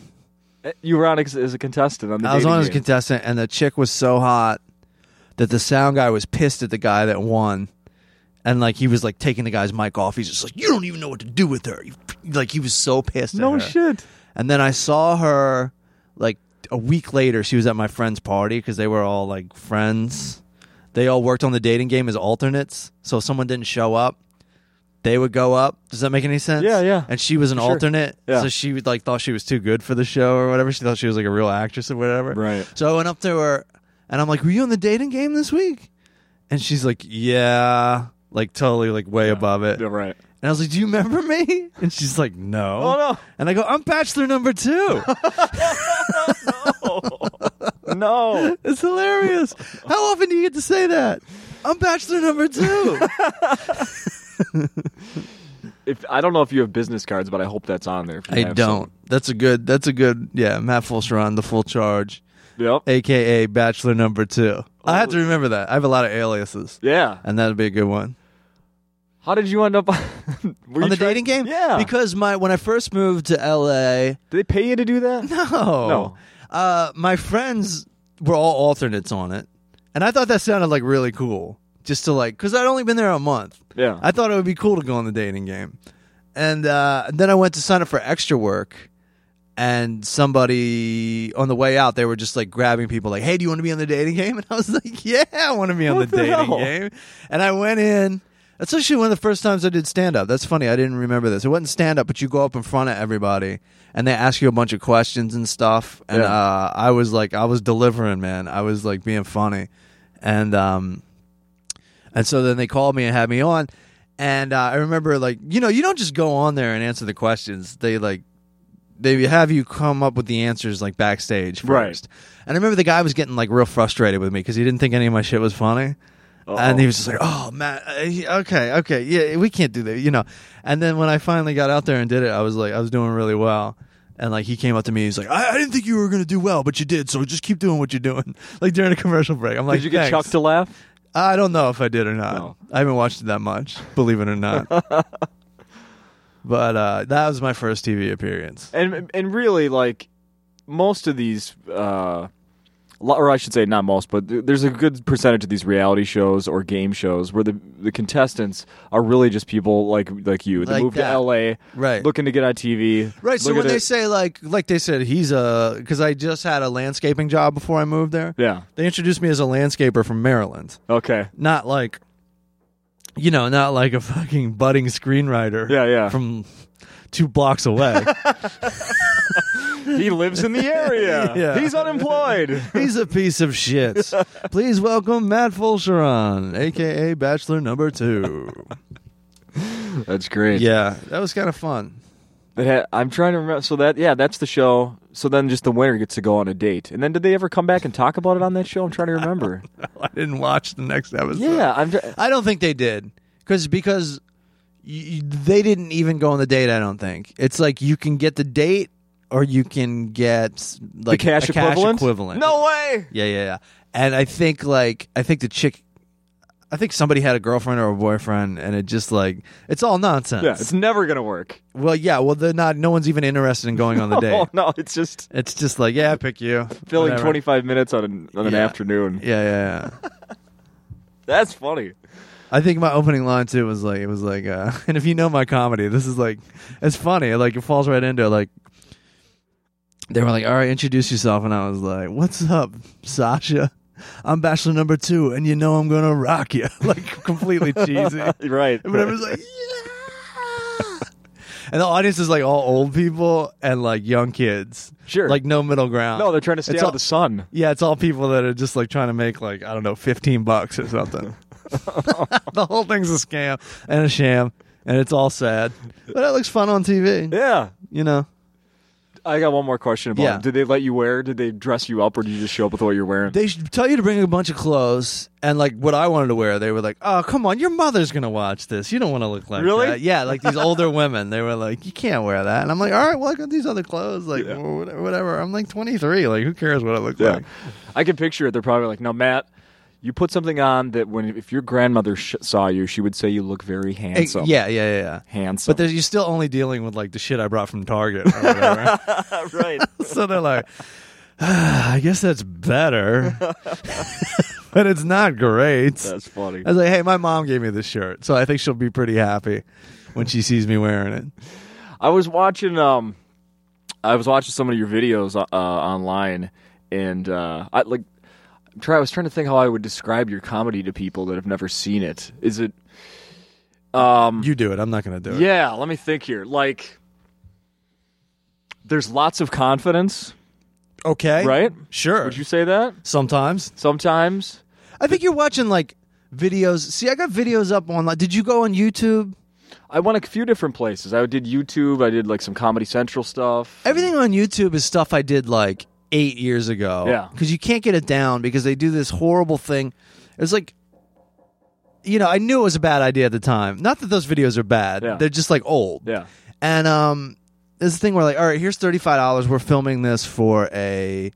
Speaker 1: You were on ex- as a contestant on the
Speaker 2: I was
Speaker 1: dating
Speaker 2: on as a
Speaker 1: game.
Speaker 2: contestant, and the chick was so hot that the sound guy was pissed at the guy that won, and like he was like taking the guy's mic off. He's just like, "You don't even know what to do with her." You f-" Like he was so pissed. at
Speaker 1: No
Speaker 2: her.
Speaker 1: shit.
Speaker 2: And then I saw her like a week later. She was at my friend's party because they were all like friends. They all worked on the dating game as alternates. So if someone didn't show up, they would go up. Does that make any sense?
Speaker 1: Yeah, yeah.
Speaker 2: And she was an
Speaker 1: Sure.
Speaker 2: alternate,
Speaker 1: Yeah.
Speaker 2: so she would, like thought she was too good for the show or whatever. She thought she was like a real actress or whatever.
Speaker 1: Right.
Speaker 2: So I went up to her and I'm like, "Were you on the dating game this week?" And she's like, "Yeah." Like totally like way above it.
Speaker 1: Yeah, right.
Speaker 2: And I was like, "Do you remember me?" And she's like, "No."
Speaker 1: Oh, no.
Speaker 2: And I go, "I'm bachelor number 2."
Speaker 1: Oh, No.
Speaker 2: it's hilarious. How often do you get to say that? I'm bachelor number 2.
Speaker 1: If I don't know if you have business cards, but I hope that's on there. if you
Speaker 2: I
Speaker 1: have
Speaker 2: don't. That's a good that's a good yeah, Matt Fulcheron, the full charge,
Speaker 1: some. Yep.
Speaker 2: aka bachelor number 2. I have to remember that. I have a lot of aliases.
Speaker 1: Yeah.
Speaker 2: And that'd be a good one.
Speaker 1: How did you end up on, were
Speaker 2: on
Speaker 1: you
Speaker 2: the
Speaker 1: trying-
Speaker 2: dating game?
Speaker 1: Yeah.
Speaker 2: Because my when I first moved to LA,
Speaker 1: did they pay you to do that?
Speaker 2: No. Uh, my friends were all alternates on it. And I thought that sounded like really cool. Just to like, because I'd only been there a month.
Speaker 1: Yeah.
Speaker 2: I thought it would be cool to go on the dating game. And uh, then I went to sign up for extra work. And somebody on the way out, they were just like grabbing people, like, hey, do you want to be on the dating game? And I was like, yeah, I want to be on
Speaker 1: What
Speaker 2: the,
Speaker 1: the
Speaker 2: dating
Speaker 1: hell?
Speaker 2: game. And I went in. That's actually one of the first times I did stand up. That's funny. I didn't remember this. It wasn't stand up, but you go up in front of everybody and they ask you a bunch of questions and stuff. And
Speaker 1: Yeah.
Speaker 2: uh, I was like, I was delivering, man. I was like being funny. And um, and so then they called me and had me on. And uh, I remember, like, you know, you don't just go on there and answer the questions. They like, they have you come up with the answers like backstage first.
Speaker 1: Right.
Speaker 2: And I remember the guy was getting like real frustrated with me because he didn't think any of my shit was funny. And he was just like, "Oh, Matt, uh, he- okay, okay, yeah, we can't do that, you know." And then when I finally got out there and did it, I was like, I was doing really well. And like he came up to me, he's like, "I, I didn't think you were gonna do well, but you did, so just keep doing what you're doing." Like during a commercial break, I'm like,
Speaker 1: did you get
Speaker 2: "Thanks."
Speaker 1: Chuck to laugh?
Speaker 2: I don't know if I did or not.
Speaker 1: No.
Speaker 2: I haven't watched it that much, believe it or not. but uh, that was my first TV appearance.
Speaker 1: and and really like most of these uh lo- or I should say not most, but th- there's a good percentage of these reality shows or game shows where the the contestants are really just people like like you. They
Speaker 2: Like
Speaker 1: move
Speaker 2: that.
Speaker 1: to LA,
Speaker 2: Right.
Speaker 1: looking to get on TV.
Speaker 2: Right. So
Speaker 1: look
Speaker 2: when
Speaker 1: at
Speaker 2: they
Speaker 1: it-
Speaker 2: say like like they said he's a because I just had a landscaping job before I moved there.
Speaker 1: yeah,
Speaker 2: They introduced me as a landscaper from Maryland,
Speaker 1: okay,
Speaker 2: not like you know, not like a fucking budding screenwriter.
Speaker 1: Yeah, yeah.
Speaker 2: From two blocks away.
Speaker 1: he lives in the area.
Speaker 2: Yeah.
Speaker 1: He's unemployed.
Speaker 2: he's a piece of shit. Please welcome Matt Fulcheron, aka Bachelor Number Two.
Speaker 1: That's great.
Speaker 2: yeah, that was kind of fun.
Speaker 1: That ha- I'm trying to remember. So that yeah, that's the show. So then just the winner gets to go on a date. And then did they ever come back and talk about it on that show? I'm trying to remember.
Speaker 2: I didn't watch the next episode.
Speaker 1: yeah, I'm. Tr-
Speaker 2: I don't think they did because because y- y- they didn't even go on the date. I don't think it's like you can get the date or you can get
Speaker 1: the
Speaker 2: like
Speaker 1: cash
Speaker 2: a
Speaker 1: equivalent.
Speaker 2: equivalent.
Speaker 1: No way.
Speaker 2: yeah, yeah, yeah. And I think like I think the chick, I think somebody had a girlfriend or a boyfriend, and it just like it's all nonsense.
Speaker 1: Yeah, it's never gonna work.
Speaker 2: Well, yeah. Well, they're not. No one's even interested in going on the date.
Speaker 1: Oh no, it's just
Speaker 2: It's just like yeah, pick you.
Speaker 1: filling
Speaker 2: Whatever.
Speaker 1: 25 minutes on an, on an
Speaker 2: Yeah.
Speaker 1: afternoon.
Speaker 2: Yeah, yeah, yeah.
Speaker 1: That's funny.
Speaker 2: I think my opening line too was like it was like uh and if you know my comedy, this is like it's funny, like it falls right into it, like they were like, All right, introduce yourself and I was like, What's up, Sasha? I'm bachelor number two and you know I'm gonna rock you like completely cheesy.
Speaker 1: Right.
Speaker 2: And everyone's like, Yeah And the audience is like all old people and like young kids.
Speaker 1: Sure.
Speaker 2: Like no middle ground.
Speaker 1: no, they're trying to stay
Speaker 2: It's
Speaker 1: out
Speaker 2: all-
Speaker 1: of the sun.
Speaker 2: yeah, it's all people that are just like trying to make like I don't know, fifteen bucks or something. the whole thing's a scam and a sham, and it's all sad. But it looks fun on TV,
Speaker 1: Yeah.
Speaker 2: you know.
Speaker 1: I got one more question about
Speaker 2: Yeah.
Speaker 1: them. Did they let you wear? Did they dress you up, or did you just show up with what you're wearing?
Speaker 2: They should tell you to bring a bunch of clothes, and like what I wanted to wear, they were like, "Oh, come on, your mother's gonna watch this. You don't want to look like
Speaker 1: Really?
Speaker 2: that." Yeah, like these older women, they were like, "You can't wear that," and I'm like, "All right, well, I got these other clothes, like
Speaker 1: Yeah.
Speaker 2: wh- whatever, whatever." I'm like 23, like who cares what I look
Speaker 1: Yeah,
Speaker 2: like?
Speaker 1: I can picture it. They're probably like, "No, Matt, you put something on that when if your grandmother sh- saw you, she would say you look very
Speaker 2: Hey,
Speaker 1: handsome."
Speaker 2: yeah, yeah, yeah, yeah.
Speaker 1: handsome.
Speaker 2: But there's- you're still only dealing with like the shit I brought from Target or whatever.
Speaker 1: right.
Speaker 2: so they're like, "Ah, I guess that's better, but it's not great.
Speaker 1: That's funny.
Speaker 2: I was like, hey, my mom gave me this shirt, so I think she'll be pretty happy when she sees me wearing it.
Speaker 1: I was watching um, I was watching some of your videos uh, online, and uh, I like I'm try. I was trying to think how I would describe your comedy to people that have never seen it. Is it? Um.
Speaker 2: You do it. I'm not going to do it.
Speaker 1: Yeah. Let me think here. Like, there's lots of confidence,
Speaker 2: Okay.
Speaker 1: right?
Speaker 2: Sure.
Speaker 1: Would you say that?
Speaker 2: Sometimes.
Speaker 1: Sometimes.
Speaker 2: I think you're watching like videos. See, I got videos up online. Did you go on YouTube?
Speaker 1: I went a few different places. I did YouTube. I did like some Comedy Central stuff.
Speaker 2: Everything on YouTube is stuff I did like eight years ago.
Speaker 1: Yeah.
Speaker 2: Because you can't get it down because they do this horrible thing. It's like, you know, I knew it was a bad idea at the time. Not that those videos are bad,
Speaker 1: Yeah.
Speaker 2: they're just like old.
Speaker 1: Yeah.
Speaker 2: And um, there's a thing where like, all right, here's thirty five dollars. We're filming this for a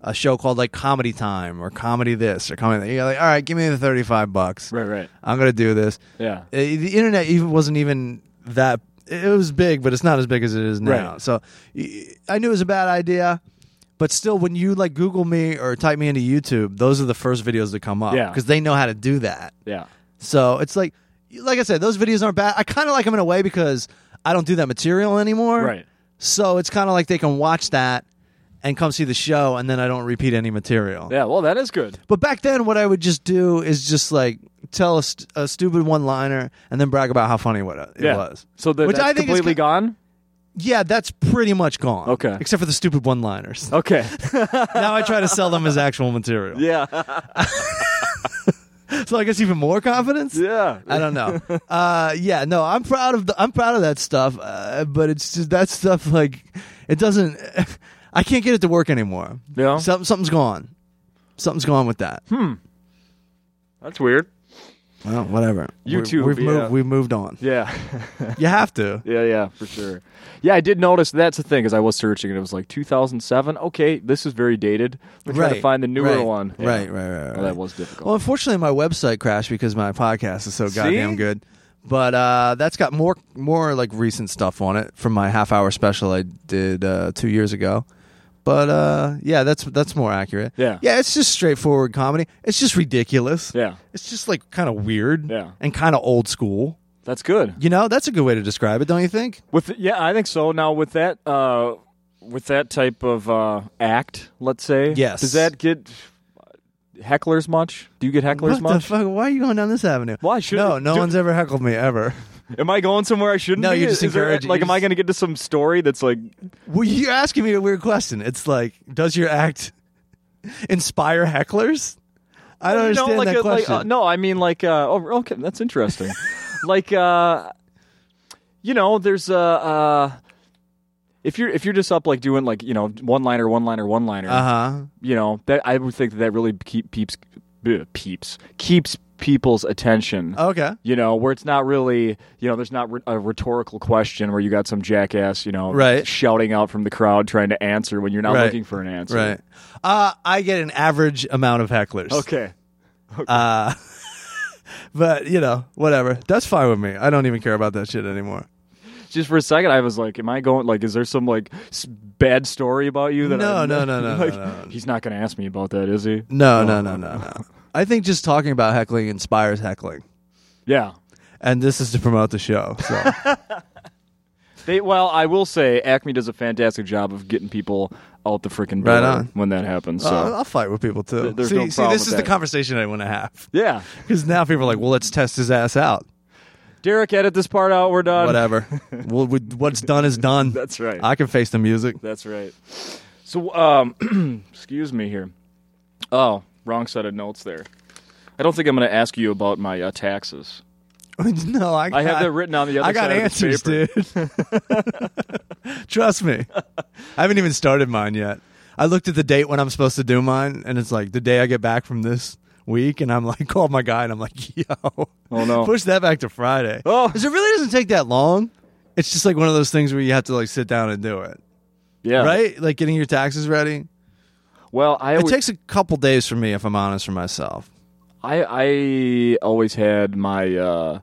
Speaker 2: a show called like Comedy Time or Comedy This or Comedy. That. You're like, all right, give me the thirty five bucks.
Speaker 1: Right. Right.
Speaker 2: I'm gonna do this.
Speaker 1: Yeah.
Speaker 2: Uh, the internet even wasn't even that. It was big, but it's not as big as it is now.
Speaker 1: Right.
Speaker 2: So y- I knew it was a bad idea. But still, when you like Google me or type me into YouTube, those are the first videos that come up
Speaker 1: Yeah.
Speaker 2: because they know how to do that.
Speaker 1: Yeah.
Speaker 2: So it's like, like I said, those videos aren't bad. I kind of like them in a way because I don't do that material anymore.
Speaker 1: Right.
Speaker 2: So it's kind of like they can watch that and come see the show, and then I don't repeat any material.
Speaker 1: Yeah. Well, that is good.
Speaker 2: But back then, what I would just do is just like tell a, st- a stupid one liner and then brag about how funny what it
Speaker 1: yeah.
Speaker 2: was.
Speaker 1: So that,
Speaker 2: Which
Speaker 1: that's
Speaker 2: I think is
Speaker 1: completely
Speaker 2: ki-
Speaker 1: gone.
Speaker 2: Yeah, that's pretty much gone.
Speaker 1: Okay.
Speaker 2: Except for the stupid one liners.
Speaker 1: Okay.
Speaker 2: now I try to sell them as actual material.
Speaker 1: yeah.
Speaker 2: So I guess even more confidence?
Speaker 1: Yeah.
Speaker 2: I don't know. uh, yeah, no, I'm proud of the, I'm proud of that stuff, uh, but it's just that stuff like it doesn't. I can't get it to work anymore.
Speaker 1: No?
Speaker 2: Some- something's gone. Something's gone with that.
Speaker 1: Hmm. That's weird.
Speaker 2: Well, whatever. We're-
Speaker 1: YouTube,
Speaker 2: We've
Speaker 1: yeah.
Speaker 2: moved. We've moved on.
Speaker 1: Yeah.
Speaker 2: You have to.
Speaker 1: yeah, yeah, for sure. Yeah, I did notice that's the thing as I was searching and it was like 2007. Okay, this is very dated. We're trying to find the newer
Speaker 2: right,
Speaker 1: one. Yeah.
Speaker 2: Right, right, right, right.
Speaker 1: Well, that was difficult.
Speaker 2: Well, unfortunately, my website crashed because my podcast is so goddamn good. But uh, that's got more more like recent stuff on it from my half hour special I did uh, two years ago. But uh, yeah, that's that's more accurate.
Speaker 1: Yeah.
Speaker 2: yeah, it's just straightforward comedy. It's just ridiculous.
Speaker 1: Yeah.
Speaker 2: it's just like kind of weird.
Speaker 1: Yeah.
Speaker 2: and kind of old school.
Speaker 1: That's good.
Speaker 2: You know, that's a good way to describe it, don't you think?
Speaker 1: With yeah, I think so. Now with that uh, with that type of uh, act, let's say,
Speaker 2: Yes.
Speaker 1: does that get hecklers much? Do you get hecklers
Speaker 2: what
Speaker 1: much?
Speaker 2: the fuck? Why are you going down this avenue?
Speaker 1: Why should-
Speaker 2: no? No
Speaker 1: do-
Speaker 2: one's ever heckled me ever.
Speaker 1: am I going somewhere I shouldn't?
Speaker 2: No,
Speaker 1: be?
Speaker 2: you're just
Speaker 1: Is there-
Speaker 2: encouraging.
Speaker 1: Like,
Speaker 2: You're
Speaker 1: am I
Speaker 2: just-
Speaker 1: going to get to some story that's like,
Speaker 2: Well, you're asking me a weird question. It's like, does your act inspire hecklers? I don't
Speaker 1: you know,
Speaker 2: understand
Speaker 1: like a-
Speaker 2: that
Speaker 1: like,
Speaker 2: question.
Speaker 1: uh, no, I mean like, uh, oh, okay, that's interesting. like, uh, you know, there's a. Uh, if you're if you're just up like doing like you know one liner one liner one liner
Speaker 2: Uh huh.
Speaker 1: you know that I would think that that really keep peeps bleh, peeps keeps people's attention.
Speaker 2: Okay.
Speaker 1: you know, where it's not really, you know, there's not re- a rhetorical question where you got some jackass, you know,
Speaker 2: Right.
Speaker 1: shouting out from the crowd trying to answer when you're not
Speaker 2: Right.
Speaker 1: looking for an answer.
Speaker 2: Right. Uh, I get an average amount of hecklers.
Speaker 1: Okay.
Speaker 2: Uh, but you know, whatever. That's fine with me. I don't even care about that shit anymore.
Speaker 1: Just for a second, I was like, am I going, like, is there some, like, s- bad story about you that
Speaker 2: No,
Speaker 1: I'm-
Speaker 2: no, no, no, no,
Speaker 1: like,
Speaker 2: no, no.
Speaker 1: He's not going to ask me about that, is he?
Speaker 2: No, no, no, no, no. I think just talking about heckling inspires heckling,
Speaker 1: Yeah.
Speaker 2: and this is to promote the show. So
Speaker 1: They, well, I will say Acme does a fantastic job of getting people out the freaking door
Speaker 2: Right on. Uh,
Speaker 1: when that happens. So.
Speaker 2: I'll, I'll fight with people too.
Speaker 1: There's
Speaker 2: see,
Speaker 1: no
Speaker 2: see,
Speaker 1: problem
Speaker 2: this
Speaker 1: with
Speaker 2: is the
Speaker 1: that.
Speaker 2: conversation I want to have
Speaker 1: yeah.
Speaker 2: because now people are like, "Well, let's test his ass out."
Speaker 1: Derek, edit this part out. We're done.
Speaker 2: Whatever. well, we, what's done is done.
Speaker 1: That's right.
Speaker 2: I can face the music.
Speaker 1: That's right. So, um, excuse me here. Oh, wrong set of notes there. I don't think I'm going to ask you about my uh, taxes.
Speaker 2: no, I,
Speaker 1: I
Speaker 2: got-
Speaker 1: have that written on the other
Speaker 2: I got
Speaker 1: side
Speaker 2: answers,
Speaker 1: of this paper.
Speaker 2: dude. Trust me. I haven't even started mine yet. I looked at the date when I'm supposed to do mine, and it's like the day I get back from this week, and I'm like, called my guy, and I'm like, yo,
Speaker 1: Oh, no.
Speaker 2: push that back to Friday.
Speaker 1: Oh.
Speaker 2: 'Cause it really doesn't take that long. It's just like one of those things where you have to like sit down and do it,
Speaker 1: Yeah.
Speaker 2: right? Like getting your taxes ready.
Speaker 1: Well, I
Speaker 2: It
Speaker 1: always,
Speaker 2: takes a couple days for me, if I'm honest, for myself.
Speaker 1: I, I always had my uh,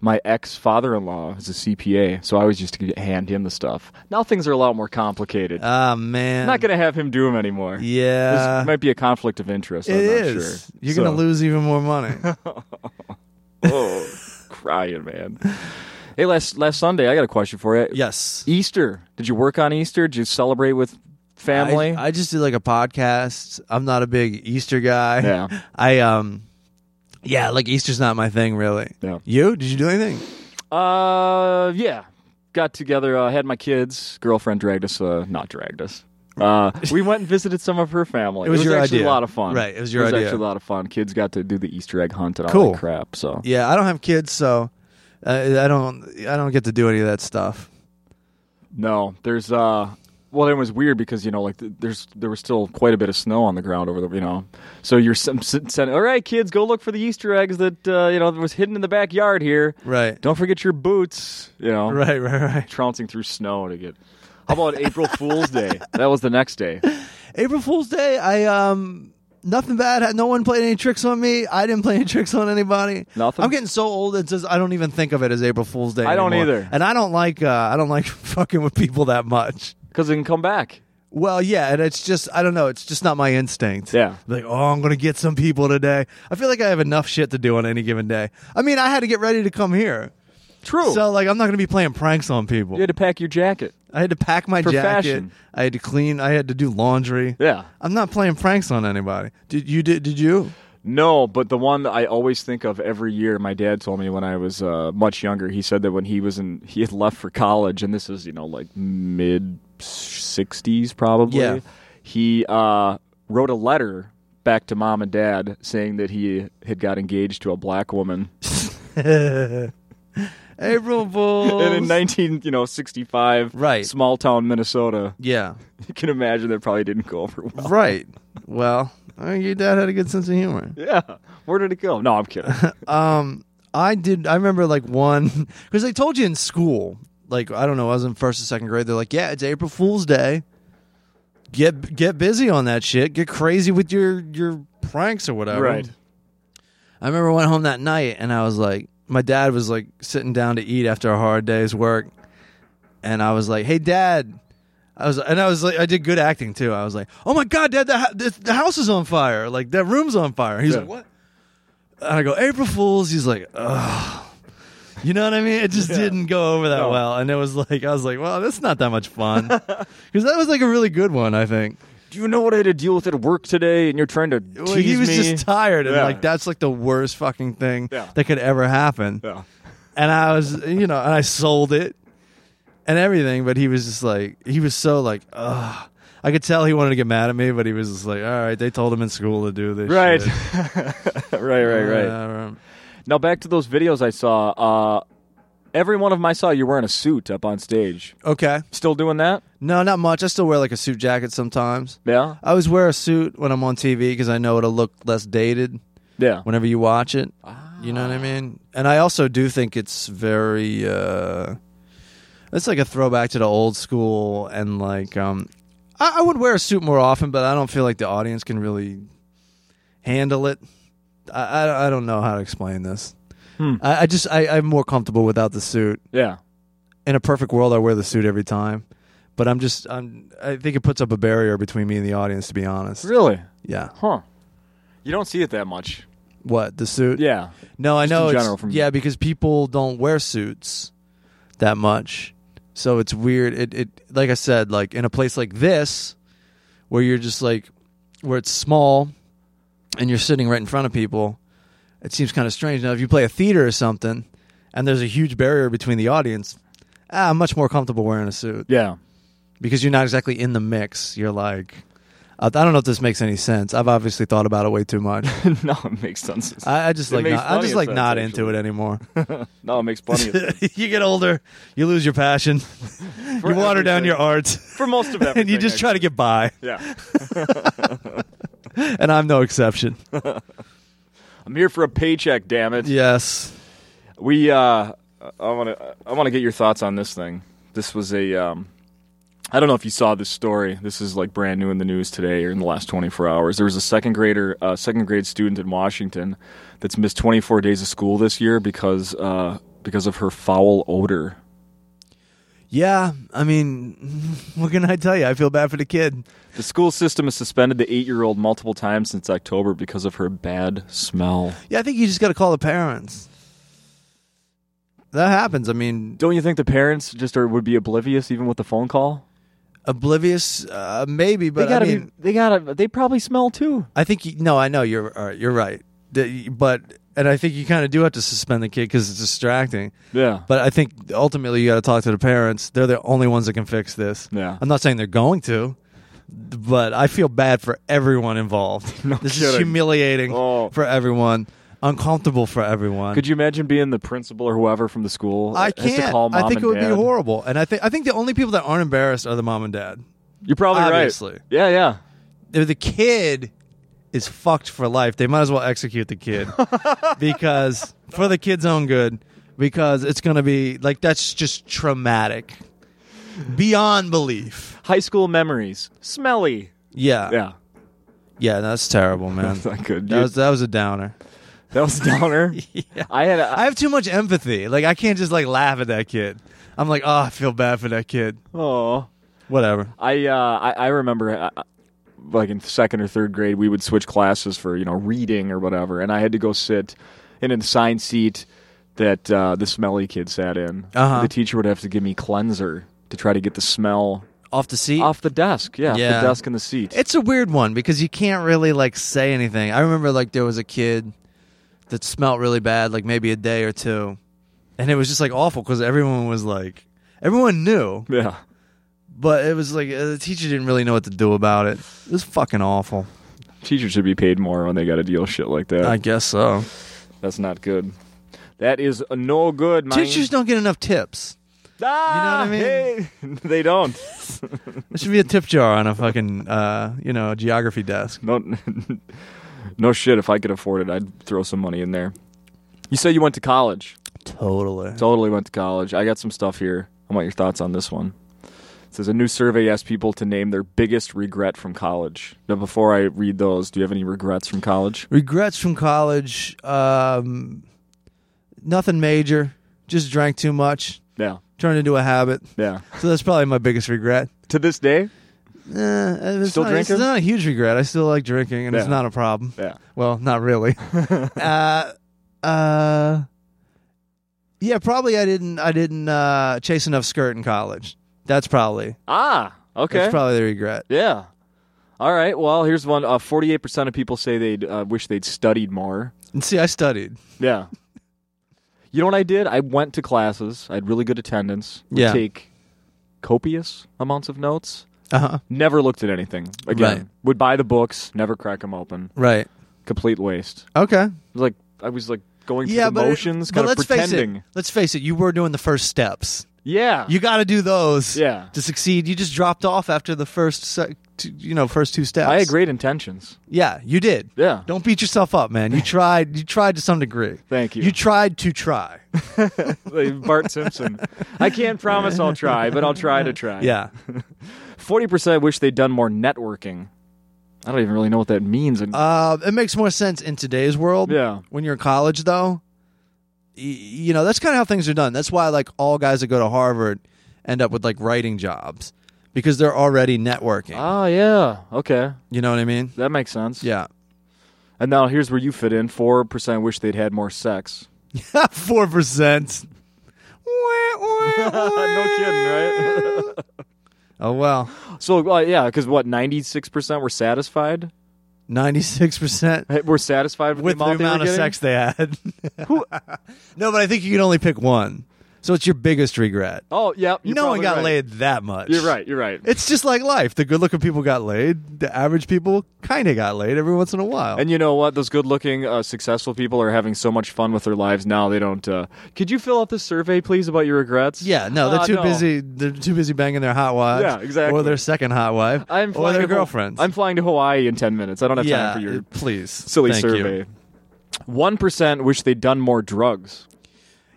Speaker 1: my ex father in law as a CPA, so I always used to hand him the stuff. Now things are a lot more complicated.
Speaker 2: Ah man,
Speaker 1: I'm not going to have him do them anymore.
Speaker 2: yeah,
Speaker 1: this might be a conflict of interest.
Speaker 2: it
Speaker 1: I'm not
Speaker 2: is.
Speaker 1: sure.
Speaker 2: You're
Speaker 1: So-
Speaker 2: gonna lose even more money.
Speaker 1: Oh, crying, man. Hey, last last Sunday, I got a question for you.
Speaker 2: yes.
Speaker 1: Easter. Did you work on Easter? Did you celebrate with family?
Speaker 2: I, I just did like a podcast. I'm not a big Easter guy.
Speaker 1: Yeah.
Speaker 2: I um yeah, like Easter's not my thing really.
Speaker 1: Yeah.
Speaker 2: You? Did you do anything?
Speaker 1: uh, yeah. Got together. Uh, had my kids. Girlfriend dragged us. Uh, not dragged us. Uh, we went and visited some of her family.
Speaker 2: It was your
Speaker 1: actually
Speaker 2: idea.
Speaker 1: a lot of fun.
Speaker 2: Right, it was your idea.
Speaker 1: actually a lot of fun. Kids got to do the Easter egg hunt and all
Speaker 2: Cool.
Speaker 1: that crap. So
Speaker 2: Yeah, I don't have kids, so uh, I don't I don't get to do any of that stuff.
Speaker 1: no, there's uh, well, it was weird because you know, like th- there's there was still quite a bit of snow on the ground over the you know, so you're sending, all right, kids, go look for the Easter eggs that uh, you know was hidden in the backyard here.
Speaker 2: Right.
Speaker 1: Don't forget your boots. You know,
Speaker 2: Right, right, right.
Speaker 1: trouncing through snow to get. How about April Fool's Day? That was the next day.
Speaker 2: April Fool's Day, I um nothing bad. No one played any tricks on me. I didn't play any tricks on anybody.
Speaker 1: Nothing?
Speaker 2: I'm getting so old it's just I don't even think of it as April Fool's Day.
Speaker 1: I don't
Speaker 2: anymore.
Speaker 1: either.
Speaker 2: And I don't like uh I don't like fucking with people that much.
Speaker 1: Because it can come back.
Speaker 2: Well, yeah, and it's just I don't know, it's just not my instinct.
Speaker 1: Yeah.
Speaker 2: Like, oh, I'm gonna get some people today. I feel like I have enough shit to do on any given day. I mean, I had to get ready to come here.
Speaker 1: True.
Speaker 2: So like I'm not gonna be playing pranks on people.
Speaker 1: you had to pack your jacket.
Speaker 2: I had to pack my
Speaker 1: For
Speaker 2: jacket.
Speaker 1: fashion.
Speaker 2: I had to clean, I had to do laundry.
Speaker 1: Yeah.
Speaker 2: I'm not playing pranks on anybody. Did you did did you?
Speaker 1: No, but the one that I always think of every year, my dad told me when I was uh, much younger, he said that when he was in, he had left for college, and this is, you know, like mid 60s probably.
Speaker 2: Yeah.
Speaker 1: He uh, wrote a letter back to mom and dad saying that he had got engaged to a black woman.
Speaker 2: April Fools.
Speaker 1: And in 19, you know, 65,
Speaker 2: Right.
Speaker 1: small town Minnesota,
Speaker 2: yeah.
Speaker 1: you can imagine that probably didn't go over well.
Speaker 2: Right. Well, uh, your dad had a good sense of humor.
Speaker 1: Yeah. Where did it go? No, I'm kidding.
Speaker 2: Um, I did. I remember like one because they told you in school, like I don't know, I was in first or second grade. They're like, yeah, it's April Fool's Day. Get get busy on that shit. Get crazy with your your pranks or whatever.
Speaker 1: right.
Speaker 2: I remember I went home that night and I was like, my dad was like sitting down to eat after a hard day's work, and I was like, hey, dad. I was, and I was like, I did good acting too. I was like, oh my god, Dad, the, hou- the, the house is on fire. Like that room's on fire. He's
Speaker 1: Yeah.
Speaker 2: like, what? And I go, April Fools. He's like, ugh. You know what I mean? It just didn't go over that
Speaker 1: No.
Speaker 2: well, and it was like I was like, "Well, that's not that much fun," because that was like a really good one, I think.
Speaker 1: Do you know what I had to deal with at work today? And you're trying to
Speaker 2: Well,
Speaker 1: tease
Speaker 2: he was
Speaker 1: me.
Speaker 2: just tired, and
Speaker 1: Yeah.
Speaker 2: like that's like the worst fucking thing
Speaker 1: Yeah.
Speaker 2: that could ever happen.
Speaker 1: yeah.
Speaker 2: And I was, you know, and I sold it and everything, but he was just like, he was so like, ugh. I could tell he wanted to get mad at me, but he was just like, all right, they told him in school to do this,
Speaker 1: Right.
Speaker 2: shit."
Speaker 1: right. Right. Right.
Speaker 2: Uh,
Speaker 1: Now back to those videos I saw. Uh, every one of them I saw, you're wearing a suit up on stage.
Speaker 2: okay,
Speaker 1: Still doing that?
Speaker 2: no, not much. I still wear like a suit jacket sometimes.
Speaker 1: Yeah.
Speaker 2: I always wear a suit when I'm on TV because I know it'll look less dated
Speaker 1: Yeah.
Speaker 2: whenever you watch it. You know what I mean? And I also do think it's very uh it's like a throwback to the old school and like um I, I would wear a suit more often, but I don't feel like the audience can really handle it. I I, I don't know how to explain this.
Speaker 1: Hmm.
Speaker 2: I, I just I, I'm more comfortable without the suit.
Speaker 1: Yeah.
Speaker 2: In a perfect world I wear the suit every time. But I'm just I'm I think it puts up a barrier between me and the audience to be honest.
Speaker 1: Really?
Speaker 2: Yeah.
Speaker 1: Huh. You don't see it that much.
Speaker 2: What, the suit?
Speaker 1: Yeah.
Speaker 2: No, I
Speaker 1: Just in
Speaker 2: know. it's-
Speaker 1: general from-
Speaker 2: yeah, because people don't wear suits that much, so it's weird. It, it like I said, like in a place like this, where you're just like where it's small, and you're sitting right in front of people, it seems kind of strange. Now, if you play a theater or something, and there's a huge barrier between the audience, ah, I'm much more comfortable wearing a suit
Speaker 1: Yeah.
Speaker 2: because you're not exactly in the mix. You're like. I I don't know if this makes any sense. I've obviously thought about it way too much.
Speaker 1: no, it makes sense.
Speaker 2: I, I just
Speaker 1: It
Speaker 2: like
Speaker 1: makes
Speaker 2: not, I'm
Speaker 1: plenty
Speaker 2: just
Speaker 1: of
Speaker 2: like
Speaker 1: sense,
Speaker 2: not
Speaker 1: actually.
Speaker 2: into it anymore.
Speaker 1: no, it makes plenty of sense.
Speaker 2: you get older, you lose your passion, you water down
Speaker 1: everything.
Speaker 2: your art,
Speaker 1: For most of everything.
Speaker 2: and you just try to get by.
Speaker 1: Yeah.
Speaker 2: And I'm no exception.
Speaker 1: I'm here for a paycheck, damn it.
Speaker 2: yes.
Speaker 1: We, uh, I want to, I want to get your thoughts on this thing. This was a, um, I don't know if you saw this story. This is like brand new in the news today or in the last 24 hours. There was a second grader, uh, second grade student in Washington that's missed 24 days of school this year because, uh, because of her foul odor.
Speaker 2: Yeah. I mean, what can I tell you? I feel bad for the kid.
Speaker 1: The school system has suspended the eight-year-old multiple times since October because of her bad smell.
Speaker 2: Yeah, I think you just got to call the parents. That happens. I mean,
Speaker 1: Don't you think the parents just are, would be oblivious even with the phone call?
Speaker 2: oblivious, uh, maybe, but
Speaker 1: they gotta
Speaker 2: I mean,
Speaker 1: be. They gotta. They probably smell too.
Speaker 2: I think you, no, I know you're uh, you're right, The- but and I think you kind of do have to suspend the kid because it's distracting.
Speaker 1: Yeah.
Speaker 2: But I think ultimately you got to talk to the parents. They're the only ones that can fix this.
Speaker 1: Yeah.
Speaker 2: I'm not saying they're going to, but I feel bad for everyone involved.
Speaker 1: No
Speaker 2: this is
Speaker 1: kidding.
Speaker 2: humiliating
Speaker 1: Oh.
Speaker 2: for everyone, uncomfortable for everyone.
Speaker 1: Could you imagine being the principal or whoever from the school?
Speaker 2: I
Speaker 1: that has to
Speaker 2: can't.
Speaker 1: call mom
Speaker 2: I think
Speaker 1: and
Speaker 2: it would be
Speaker 1: dad?
Speaker 2: horrible. And I think I think the only people that aren't embarrassed are the mom and dad.
Speaker 1: You're probably
Speaker 2: Obviously.
Speaker 1: right. Yeah, yeah.
Speaker 2: If the kid is fucked for life, they might as well execute the kid because for the kid's own good, because it's going to be like that's just traumatic beyond belief.
Speaker 1: High school memories. Smelly.
Speaker 2: Yeah.
Speaker 1: Yeah.
Speaker 2: Yeah, that's terrible, man.
Speaker 1: That's not good.
Speaker 2: Uh, That
Speaker 1: You-
Speaker 2: was that was a downer.
Speaker 1: that was a downer. I had. A,
Speaker 2: I have too much empathy. Like I can't just like laugh at that kid. I'm like, oh, I feel bad for that kid.
Speaker 1: oh.
Speaker 2: Whatever.
Speaker 1: I uh, I, I remember uh, uh, like in second or third grade we would switch classes for you know reading or whatever, and I had to go sit in an assigned seat that uh, the smelly kid sat in.
Speaker 2: Uh-huh.
Speaker 1: The teacher would have to give me cleanser to try to get the smell
Speaker 2: Off the seat.
Speaker 1: off the desk. Yeah, off
Speaker 2: Yeah.
Speaker 1: the desk and the seat.
Speaker 2: It's a weird one because you can't really like say anything. I remember like there was a kid that smelt really bad, like maybe a day or two, and it was just like awful because everyone was like, everyone knew,
Speaker 1: yeah.
Speaker 2: but it was like uh, the teacher didn't really know what to do about it. It was fucking awful.
Speaker 1: Teachers should be paid more when they got to deal shit like that.
Speaker 2: I guess so.
Speaker 1: That's not good. That is uh, no good, man.
Speaker 2: Teachers don't get enough tips.
Speaker 1: Ah,
Speaker 2: You know
Speaker 1: I mean? they don't.
Speaker 2: There should be a tip jar on a fucking uh, you know geography desk.
Speaker 1: No, no shit. If I could afford it, I'd throw some money in there. You say you went to college.
Speaker 2: Totally.
Speaker 1: Totally went to college. I got some stuff here. I want your thoughts on this one. It says a new survey asked people to name their biggest regret from college. Now, before I read those, do you have any regrets from college?
Speaker 2: Regrets from college. Um, nothing major. Just drank too much.
Speaker 1: Yeah,
Speaker 2: Turned into a habit.
Speaker 1: yeah.
Speaker 2: So that's probably my biggest regret.
Speaker 1: to this day.
Speaker 2: Eh, it's
Speaker 1: Still
Speaker 2: not, It's
Speaker 1: drinking?
Speaker 2: not a huge regret. I still like drinking, and it's
Speaker 1: Yeah.
Speaker 2: not a problem.
Speaker 1: Yeah.
Speaker 2: Well, not really. uh, uh, yeah, probably I didn't. I didn't uh, chase enough skirt in college. That's probably
Speaker 1: Ah, okay.
Speaker 2: that's probably the regret.
Speaker 1: yeah. All right. Well, here's one. Uh, 48% of people say they uh, wish they'd studied more.
Speaker 2: And see, I studied.
Speaker 1: Yeah. You know what I did? I went to classes. I had really good attendance. Would
Speaker 2: Yeah.
Speaker 1: Take copious amounts of notes.
Speaker 2: Uh huh.
Speaker 1: Never looked at anything again.
Speaker 2: Right.
Speaker 1: Would buy the books. Never crack them open.
Speaker 2: Right.
Speaker 1: Complete waste.
Speaker 2: Okay.
Speaker 1: It was Like I was like going through
Speaker 2: yeah,
Speaker 1: the
Speaker 2: but it-
Speaker 1: motions,
Speaker 2: but
Speaker 1: kind of
Speaker 2: let's
Speaker 1: pretending.
Speaker 2: Face it, let's face it. You were doing the first steps.
Speaker 1: Yeah.
Speaker 2: You got to do those.
Speaker 1: yeah.
Speaker 2: To succeed, you just dropped off after the first, se- two, you know, first two steps.
Speaker 1: I had great intentions.
Speaker 2: Yeah, you did.
Speaker 1: Yeah.
Speaker 2: Don't beat yourself up, man. You tried. You tried to some degree.
Speaker 1: Thank you.
Speaker 2: You tried to try.
Speaker 1: Bart Simpson. I can't promise I'll try, but I'll try to try.
Speaker 2: Yeah.
Speaker 1: Forty percent wish they'd done more networking. I don't even really know what that means. And-
Speaker 2: Uh, it makes more sense in today's world.
Speaker 1: Yeah.
Speaker 2: When you're in college, though, y- you know that's kind of how things are done. That's why like all guys that go to Harvard end up with like writing jobs because they're already networking.
Speaker 1: Ah, yeah. Okay,
Speaker 2: you know what I mean?
Speaker 1: that makes sense.
Speaker 2: Yeah.
Speaker 1: And now here's where you fit in. Four percent wish they'd had more sex.
Speaker 2: Four percent.
Speaker 1: no kidding, right?
Speaker 2: Oh well,
Speaker 1: so uh, yeah, because what? Ninety-six percent were satisfied.
Speaker 2: ninety six percent
Speaker 1: Were satisfied with,
Speaker 2: with
Speaker 1: the
Speaker 2: the
Speaker 1: amount, they were
Speaker 2: amount of
Speaker 1: getting?
Speaker 2: sex they had. no, but I think you can only pick one. So it's your biggest regret.
Speaker 1: Oh, yeah. you're
Speaker 2: no
Speaker 1: probably
Speaker 2: one got
Speaker 1: right.
Speaker 2: laid that much.
Speaker 1: You're right. You're right.
Speaker 2: It's just like life. The good looking people got laid. The average people kind of got laid every once in a while.
Speaker 1: And you know what? Those good-looking, uh, successful people are having so much fun with their lives now. They don't. Uh, could you fill out this survey, please, about your regrets?
Speaker 2: yeah, no, they're
Speaker 1: Uh,
Speaker 2: too busy. They're too busy banging their hot wives.
Speaker 1: Yeah, exactly.
Speaker 2: Or their second hot wife.
Speaker 1: I'm
Speaker 2: or
Speaker 1: flying
Speaker 2: their
Speaker 1: to Ho-
Speaker 2: girlfriends.
Speaker 1: I'm flying to Hawaii in ten minutes. I don't have
Speaker 2: yeah,
Speaker 1: time for your
Speaker 2: please.
Speaker 1: silly
Speaker 2: Thank you.
Speaker 1: survey. One percent wish they'd done more drugs.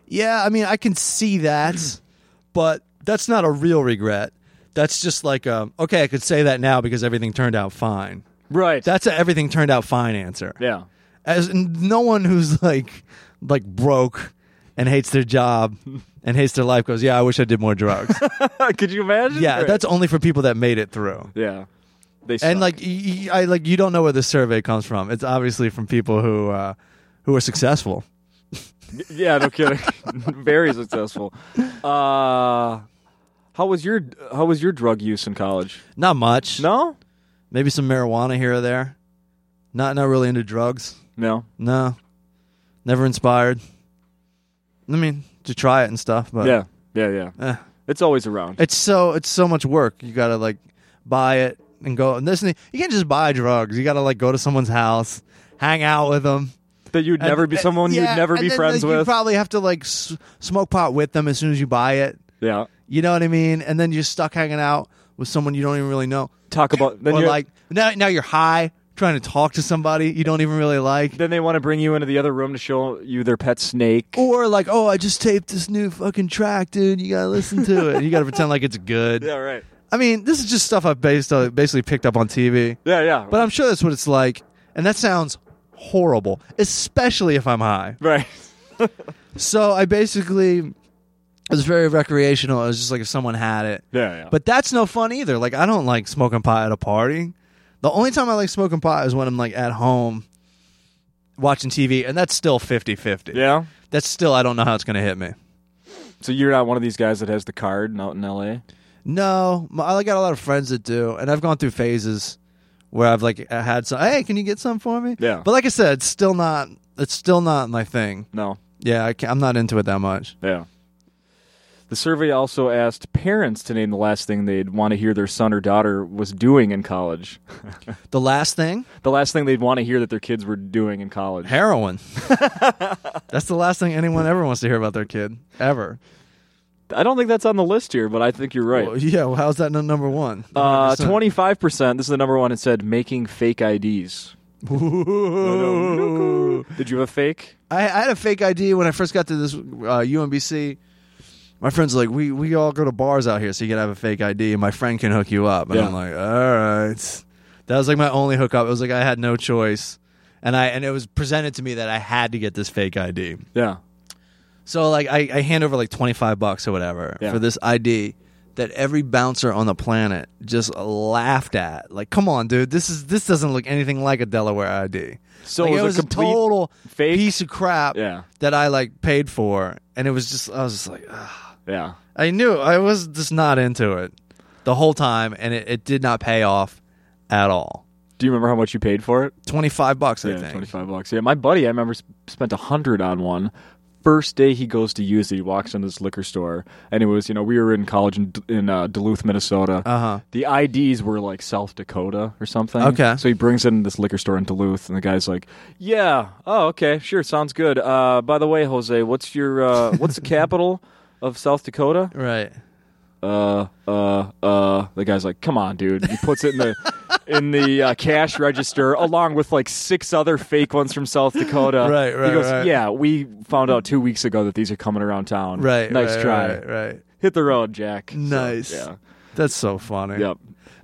Speaker 2: Yeah, I mean, I can see that, but that's not a real regret. That's just like, um, okay, I could say that now because everything turned out fine.
Speaker 1: Right.
Speaker 2: That's a everything turned out fine answer.
Speaker 1: yeah.
Speaker 2: as n- no one who's like like broke and hates their job and hates their life goes, yeah, I wish I did more drugs.
Speaker 1: could you imagine?
Speaker 2: yeah,
Speaker 1: Right.
Speaker 2: that's only for people that made it through.
Speaker 1: yeah. They suck.
Speaker 2: And like y- y- I like you don't know where this survey comes from. It's obviously from people who uh, who are successful.
Speaker 1: yeah, no kidding. Very successful. Uh, how was your How was your drug use in college?
Speaker 2: Not much.
Speaker 1: No.
Speaker 2: Maybe some marijuana here or there. Not not really into drugs.
Speaker 1: No.
Speaker 2: No. Never inspired. I mean, to try it and stuff, but
Speaker 1: yeah. Yeah. Yeah.
Speaker 2: eh.
Speaker 1: It's always around.
Speaker 2: It's so it's so much work. You gotta like buy it and go and this and you can't just buy drugs. You gotta like go to someone's house, hang out with them.
Speaker 1: that you'd
Speaker 2: And-
Speaker 1: never be
Speaker 2: and-
Speaker 1: someone
Speaker 2: yeah,
Speaker 1: you'd never
Speaker 2: and
Speaker 1: be
Speaker 2: then,
Speaker 1: friends
Speaker 2: like, You
Speaker 1: with.
Speaker 2: probably have to like s- smoke pot with them as soon as you buy it.
Speaker 1: yeah.
Speaker 2: You know what I mean? And then you're stuck hanging out with someone you don't even really know.
Speaker 1: Talk about then
Speaker 2: or
Speaker 1: you're
Speaker 2: like now now you're high trying to talk to somebody you don't even really like.
Speaker 1: then they want to bring you into the other room to show you their pet snake.
Speaker 2: Or like, oh, I just taped this new fucking track, dude. You gotta listen to it. You gotta pretend like it's good.
Speaker 1: Yeah, right.
Speaker 2: I mean, this is just stuff I've based uh, basically picked up on TV.
Speaker 1: Yeah, yeah.
Speaker 2: But I'm sure that's what it's like. And that sounds horrible, especially if I'm high.
Speaker 1: right.
Speaker 2: So I basically it was very recreational. It was just like if someone had it.
Speaker 1: Yeah, yeah.
Speaker 2: But that's no fun either. Like I don't like smoking pot at a party. The only time I like smoking pot is when I'm like at home watching TV and that's still 50-50.
Speaker 1: yeah.
Speaker 2: That's still I don't know how it's going to hit me.
Speaker 1: So you're not one of these guys that has the card out in LA?
Speaker 2: No, my- I got a lot of friends that do, and I've gone through phases where I've like had some. Hey, can you get some for me?
Speaker 1: Yeah.
Speaker 2: But like I said, it's still not. It's still not my thing.
Speaker 1: No.
Speaker 2: Yeah, I can I'm not into it that much.
Speaker 1: Yeah. The survey also asked parents to name the last thing they'd want to hear their son or daughter was doing in college.
Speaker 2: The last thing,
Speaker 1: The last thing they'd want to hear that their kids were doing in college.
Speaker 2: heroin. That's the last thing anyone ever wants to hear about their kid ever.
Speaker 1: I don't think that's on the list here, but I think you're right.
Speaker 2: Well, yeah. Well, how's that no- number one?
Speaker 1: Uh,
Speaker 2: 100%.
Speaker 1: 25%, this is the number one, it said making fake IDs.
Speaker 2: Oh, Ooh.
Speaker 1: Did you have a fake?
Speaker 2: I, I had a fake ID when I first got to this uh, UMBC. My friend's like, we we all go to bars out here, so you gotta have a fake ID, and my friend can hook you up. And
Speaker 1: Yeah.
Speaker 2: I'm like, all right. That was like my only hookup. It was like I had no choice, and I and it was presented to me that I had to get this fake ID.
Speaker 1: Yeah.
Speaker 2: So like I, I hand over like twenty five bucks or whatever
Speaker 1: Yeah.
Speaker 2: for this ID that every bouncer on the planet just laughed at. Like, come on, dude, this is this doesn't look anything like a Delaware ID.
Speaker 1: So
Speaker 2: Like,
Speaker 1: it was a
Speaker 2: was a
Speaker 1: complete
Speaker 2: total
Speaker 1: fake?
Speaker 2: piece of crap
Speaker 1: Yeah.
Speaker 2: that I like paid for, and it was just I was just like, ah.
Speaker 1: Yeah.
Speaker 2: I knew I was just not into it the whole time, and it, it did not pay off at all.
Speaker 1: Do you remember how much you paid for it?
Speaker 2: Twenty five bucks, I
Speaker 1: Yeah,
Speaker 2: think.
Speaker 1: twenty-five bucks. Yeah, my buddy, I remember sp- spent a hundred on one. First day he goes to use it, he walks into this liquor store, and it was you know we were in college in, D- in uh, Duluth, Minnesota.
Speaker 2: Uh huh.
Speaker 1: the IDs were like South Dakota or something.
Speaker 2: Okay.
Speaker 1: So he brings in this liquor store in Duluth, and the guy's like, "Yeah, oh, okay, sure, sounds good. Uh, by the way, Jose, what's your uh, what's the capital of South Dakota?"
Speaker 2: Right.
Speaker 1: Uh, uh, uh. The guy's like, "Come on, dude." He puts it in the in the uh, cash register along with like six other fake ones from South Dakota.
Speaker 2: Right, right,
Speaker 1: He goes,
Speaker 2: right.
Speaker 1: "Yeah, we found out two weeks ago that these are coming around town.
Speaker 2: Right.
Speaker 1: nice
Speaker 2: right,
Speaker 1: try.
Speaker 2: Right, right.
Speaker 1: Hit the road, Jack. So,
Speaker 2: Nice. That's so funny.
Speaker 1: yeah. Yep.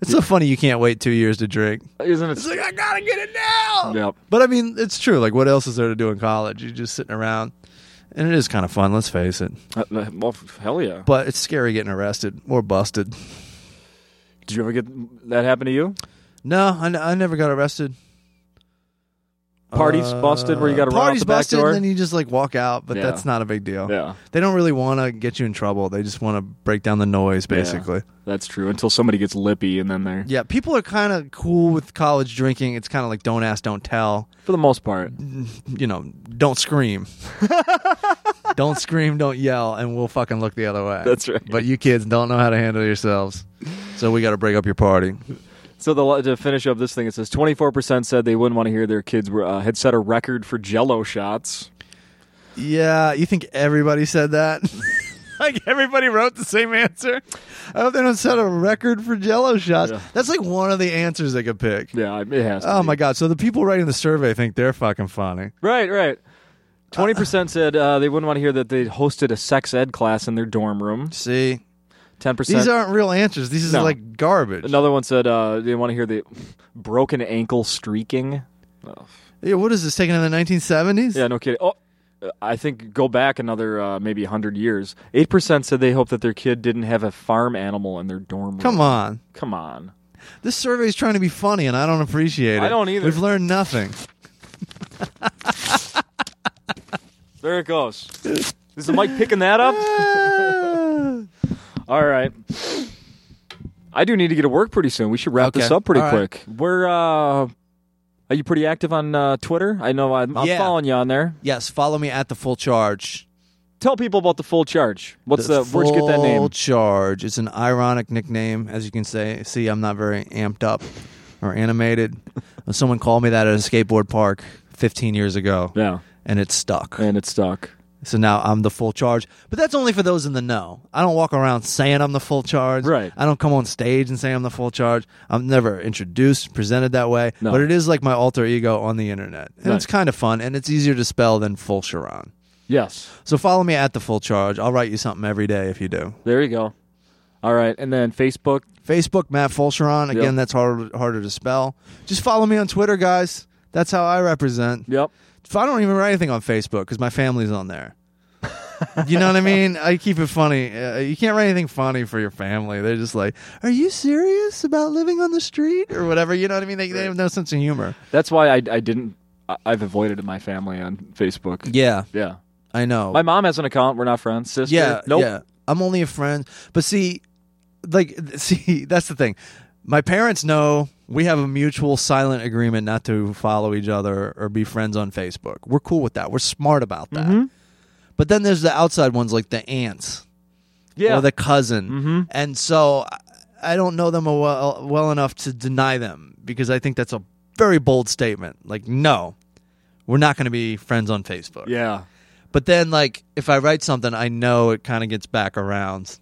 Speaker 2: It's so funny you can't wait two years to drink.
Speaker 1: Isn't it?
Speaker 2: It's like I gotta get it now.
Speaker 1: Yep.
Speaker 2: But I mean, it's true. Like, what else is there to do in college? You're just sitting around, and it is kind of fun. Let's face it.
Speaker 1: Uh, well, f- hell yeah.
Speaker 2: But it's scary getting arrested or busted.
Speaker 1: Did you ever get that happen to you?
Speaker 2: No, I, n- I never got arrested.
Speaker 1: Parties busted where you gotta run out
Speaker 2: Uh, parties
Speaker 1: the back
Speaker 2: busted,
Speaker 1: door?
Speaker 2: and then you just like walk out. But
Speaker 1: Yeah.
Speaker 2: that's not a big deal.
Speaker 1: Yeah,
Speaker 2: They don't really want to get you in trouble. They just want to break down the noise, basically.
Speaker 1: that's true. Until somebody gets lippy, and then they're
Speaker 2: Yeah, people are kind of cool with college drinking. It's kind of like don't ask, don't tell.
Speaker 1: for the most part.
Speaker 2: You know, don't scream. don't scream, don't yell, and we'll fucking look the other way.
Speaker 1: That's right.
Speaker 2: But you kids don't know how to handle yourselves. So we got to break up your party.
Speaker 1: So the, to finish up this thing, it says twenty four percent said they wouldn't want to hear their kids were uh, had set a record for Jello shots.
Speaker 2: Yeah, you think everybody said that? like everybody wrote the same answer. I hope they don't set a record for jello shots.
Speaker 1: Yeah.
Speaker 2: That's like one of the answers they could pick.
Speaker 1: Yeah, it has. To
Speaker 2: Oh
Speaker 1: be.
Speaker 2: my god, so the people writing the survey think they're fucking funny.
Speaker 1: Right,
Speaker 2: Uh,
Speaker 1: right. Twenty percent said uh, they wouldn't want to hear that they hosted a sex ed class in their dorm room.
Speaker 2: See,
Speaker 1: Ten percent.
Speaker 2: These aren't real answers. These is
Speaker 1: No.
Speaker 2: like garbage.
Speaker 1: Another one said uh, they want to hear the broken ankle streaking.
Speaker 2: Yeah, what is this taken in the 1970s?
Speaker 1: Yeah, no kidding. Oh, I think go back another uh, maybe hundred years. Eight percent said they hope that their kid didn't have a farm animal in their dorm room.
Speaker 2: Come on.
Speaker 1: come on.
Speaker 2: This survey is trying to be funny, and I don't appreciate it.
Speaker 1: I don't either.
Speaker 2: We've learned nothing.
Speaker 1: There it goes. Is the mic picking that up?
Speaker 2: Wrap
Speaker 1: All right. I do need to get to work pretty soon. We should wrap this
Speaker 2: Okay.
Speaker 1: up pretty
Speaker 2: All right.
Speaker 1: quick. We're uh, are you pretty active on uh, Twitter? I know I'm, I'm
Speaker 2: Yeah.
Speaker 1: following you on there.
Speaker 2: Yes, follow me at the full charge.
Speaker 1: Tell people about the full charge. What's the,
Speaker 2: the
Speaker 1: where'd you get that
Speaker 2: Full
Speaker 1: name?
Speaker 2: charge. It's an ironic nickname, as you can say. See, I'm not very amped up or animated. Someone called me that at a skateboard park 15 years ago,
Speaker 1: Yeah,
Speaker 2: and it stuck.
Speaker 1: and it's stuck.
Speaker 2: So now I'm the full charge. But that's only for those in the know. I don't walk around saying I'm the full charge.
Speaker 1: Right.
Speaker 2: I don't come on stage and say I'm the full charge. I'm never introduced, presented that way.
Speaker 1: No.
Speaker 2: But it is like my alter ego on the internet. And
Speaker 1: Nice.
Speaker 2: it's kind of fun and it's easier to spell than full Sharon.
Speaker 1: Yes.
Speaker 2: So follow me at the full charge. I'll write you something every day if you do.
Speaker 1: There you go. All right, and then Facebook.
Speaker 2: Facebook, Matt Fulcheron. Again,
Speaker 1: Yep.
Speaker 2: that's hard, harder to spell. Just follow me on Twitter, guys. That's how I represent.
Speaker 1: Yep.
Speaker 2: If I don't even write anything on Facebook because my family's on there. you know what I mean? I keep it funny. Uh, you can't write anything funny for your family. They're just like, "Are you serious about living on the street or whatever?" You know what I mean? They, they have no sense of humor.
Speaker 1: That's why I, I didn't. I, I've avoided my family on Facebook.
Speaker 2: Yeah,
Speaker 1: Yeah,
Speaker 2: I know.
Speaker 1: my mom has an account. We're not friends. Sister.
Speaker 2: yeah,
Speaker 1: Nope.
Speaker 2: yeah. I'm only a friend, but see, like, see, that's the thing. My parents know we have a mutual silent agreement not to follow each other or be friends on Facebook. We're cool with that. We're smart about that.
Speaker 1: Mm-hmm.
Speaker 2: But then there's the outside ones like the aunts.
Speaker 1: Yeah. Mm.
Speaker 2: or the cousin.
Speaker 1: Mm-hmm.
Speaker 2: And so I I don't know them well, well enough to deny them because I think that's a very bold statement. Like, no, we're not going to be friends on Facebook.
Speaker 1: yeah.
Speaker 2: But then, like, if I write something, I know it kind of gets back around.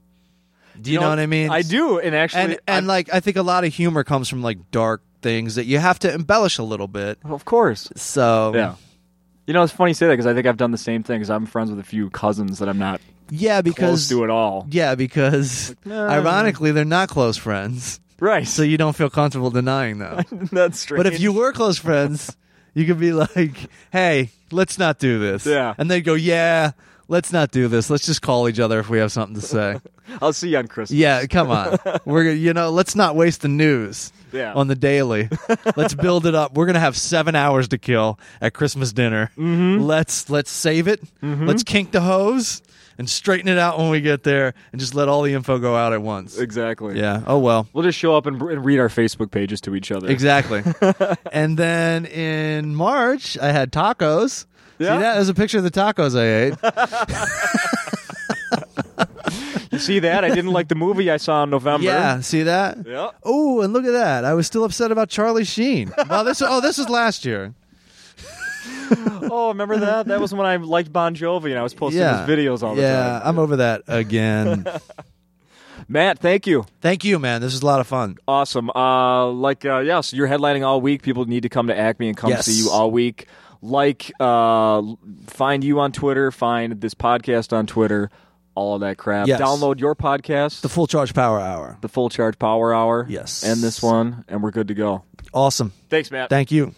Speaker 2: Do you, know, what I mean?
Speaker 1: I do, and actually,
Speaker 2: And, and like, I think a lot of humor comes from like dark things that you have to embellish a little bit.
Speaker 1: I- of course,
Speaker 2: So
Speaker 1: yeah. You know, it's funny you say that because I think I've done the same thing. Because I'm friends with a few cousins that I'm not
Speaker 2: yeah,
Speaker 1: close
Speaker 2: because
Speaker 1: to at all.
Speaker 2: yeah, because
Speaker 1: nah.
Speaker 2: ironically, they're not close friends,
Speaker 1: Right.
Speaker 2: so you don't feel comfortable denying them.
Speaker 1: that's strange.
Speaker 2: But if you were close friends, you could be like, "Hey, let's not do this."
Speaker 1: Yeah.
Speaker 2: and they'd go, "Yeah, let's not do this. Let's just call each other if we have something to say.
Speaker 1: I'll see you on Christmas.
Speaker 2: yeah, come on. We're gonna, you know, let's not waste the news.
Speaker 1: Yeah.
Speaker 2: On the daily, let's build it up. We're gonna have seven hours to kill at Christmas dinner. Mm-hmm. Let's let's save it.
Speaker 1: Mm-hmm.
Speaker 2: Let's kink the hose and straighten it out when we get there, and just let all the info go out at once.
Speaker 1: Exactly.
Speaker 2: Yeah. Oh well.
Speaker 1: We'll just show up and, and read our Facebook pages to each other.
Speaker 2: Exactly. and then in March, I had tacos.
Speaker 1: Yeah.
Speaker 2: See that? There's a picture of the tacos I ate.
Speaker 1: You see that? I didn't like the movie I saw in November.
Speaker 2: yeah. See that?
Speaker 1: Yeah.
Speaker 2: Oh, and look at that! I was still upset about Charlie Sheen. Wow, this oh, this was last year.
Speaker 1: Oh, remember that? That was when I liked Bon Jovi and I was posting
Speaker 2: yeah,
Speaker 1: his videos all the
Speaker 2: yeah,
Speaker 1: time.
Speaker 2: I'm over that again.
Speaker 1: Matt, thank you.
Speaker 2: Thank you, man. This was a lot of fun.
Speaker 1: Awesome. Uh, like, uh, yeah, so you're headlining all week. People need to come to Acme and come
Speaker 2: Yes.
Speaker 1: see you all week. Like, uh, find you on Twitter, find this podcast on Twitter, all of that crap.
Speaker 2: Yes.
Speaker 1: Download your podcast,
Speaker 2: The full charge power hour.
Speaker 1: the Full Charge Power Hour.
Speaker 2: Yes.
Speaker 1: And this one, and we're good to go.
Speaker 2: Awesome.
Speaker 1: Thanks, Matt.
Speaker 2: Thank you.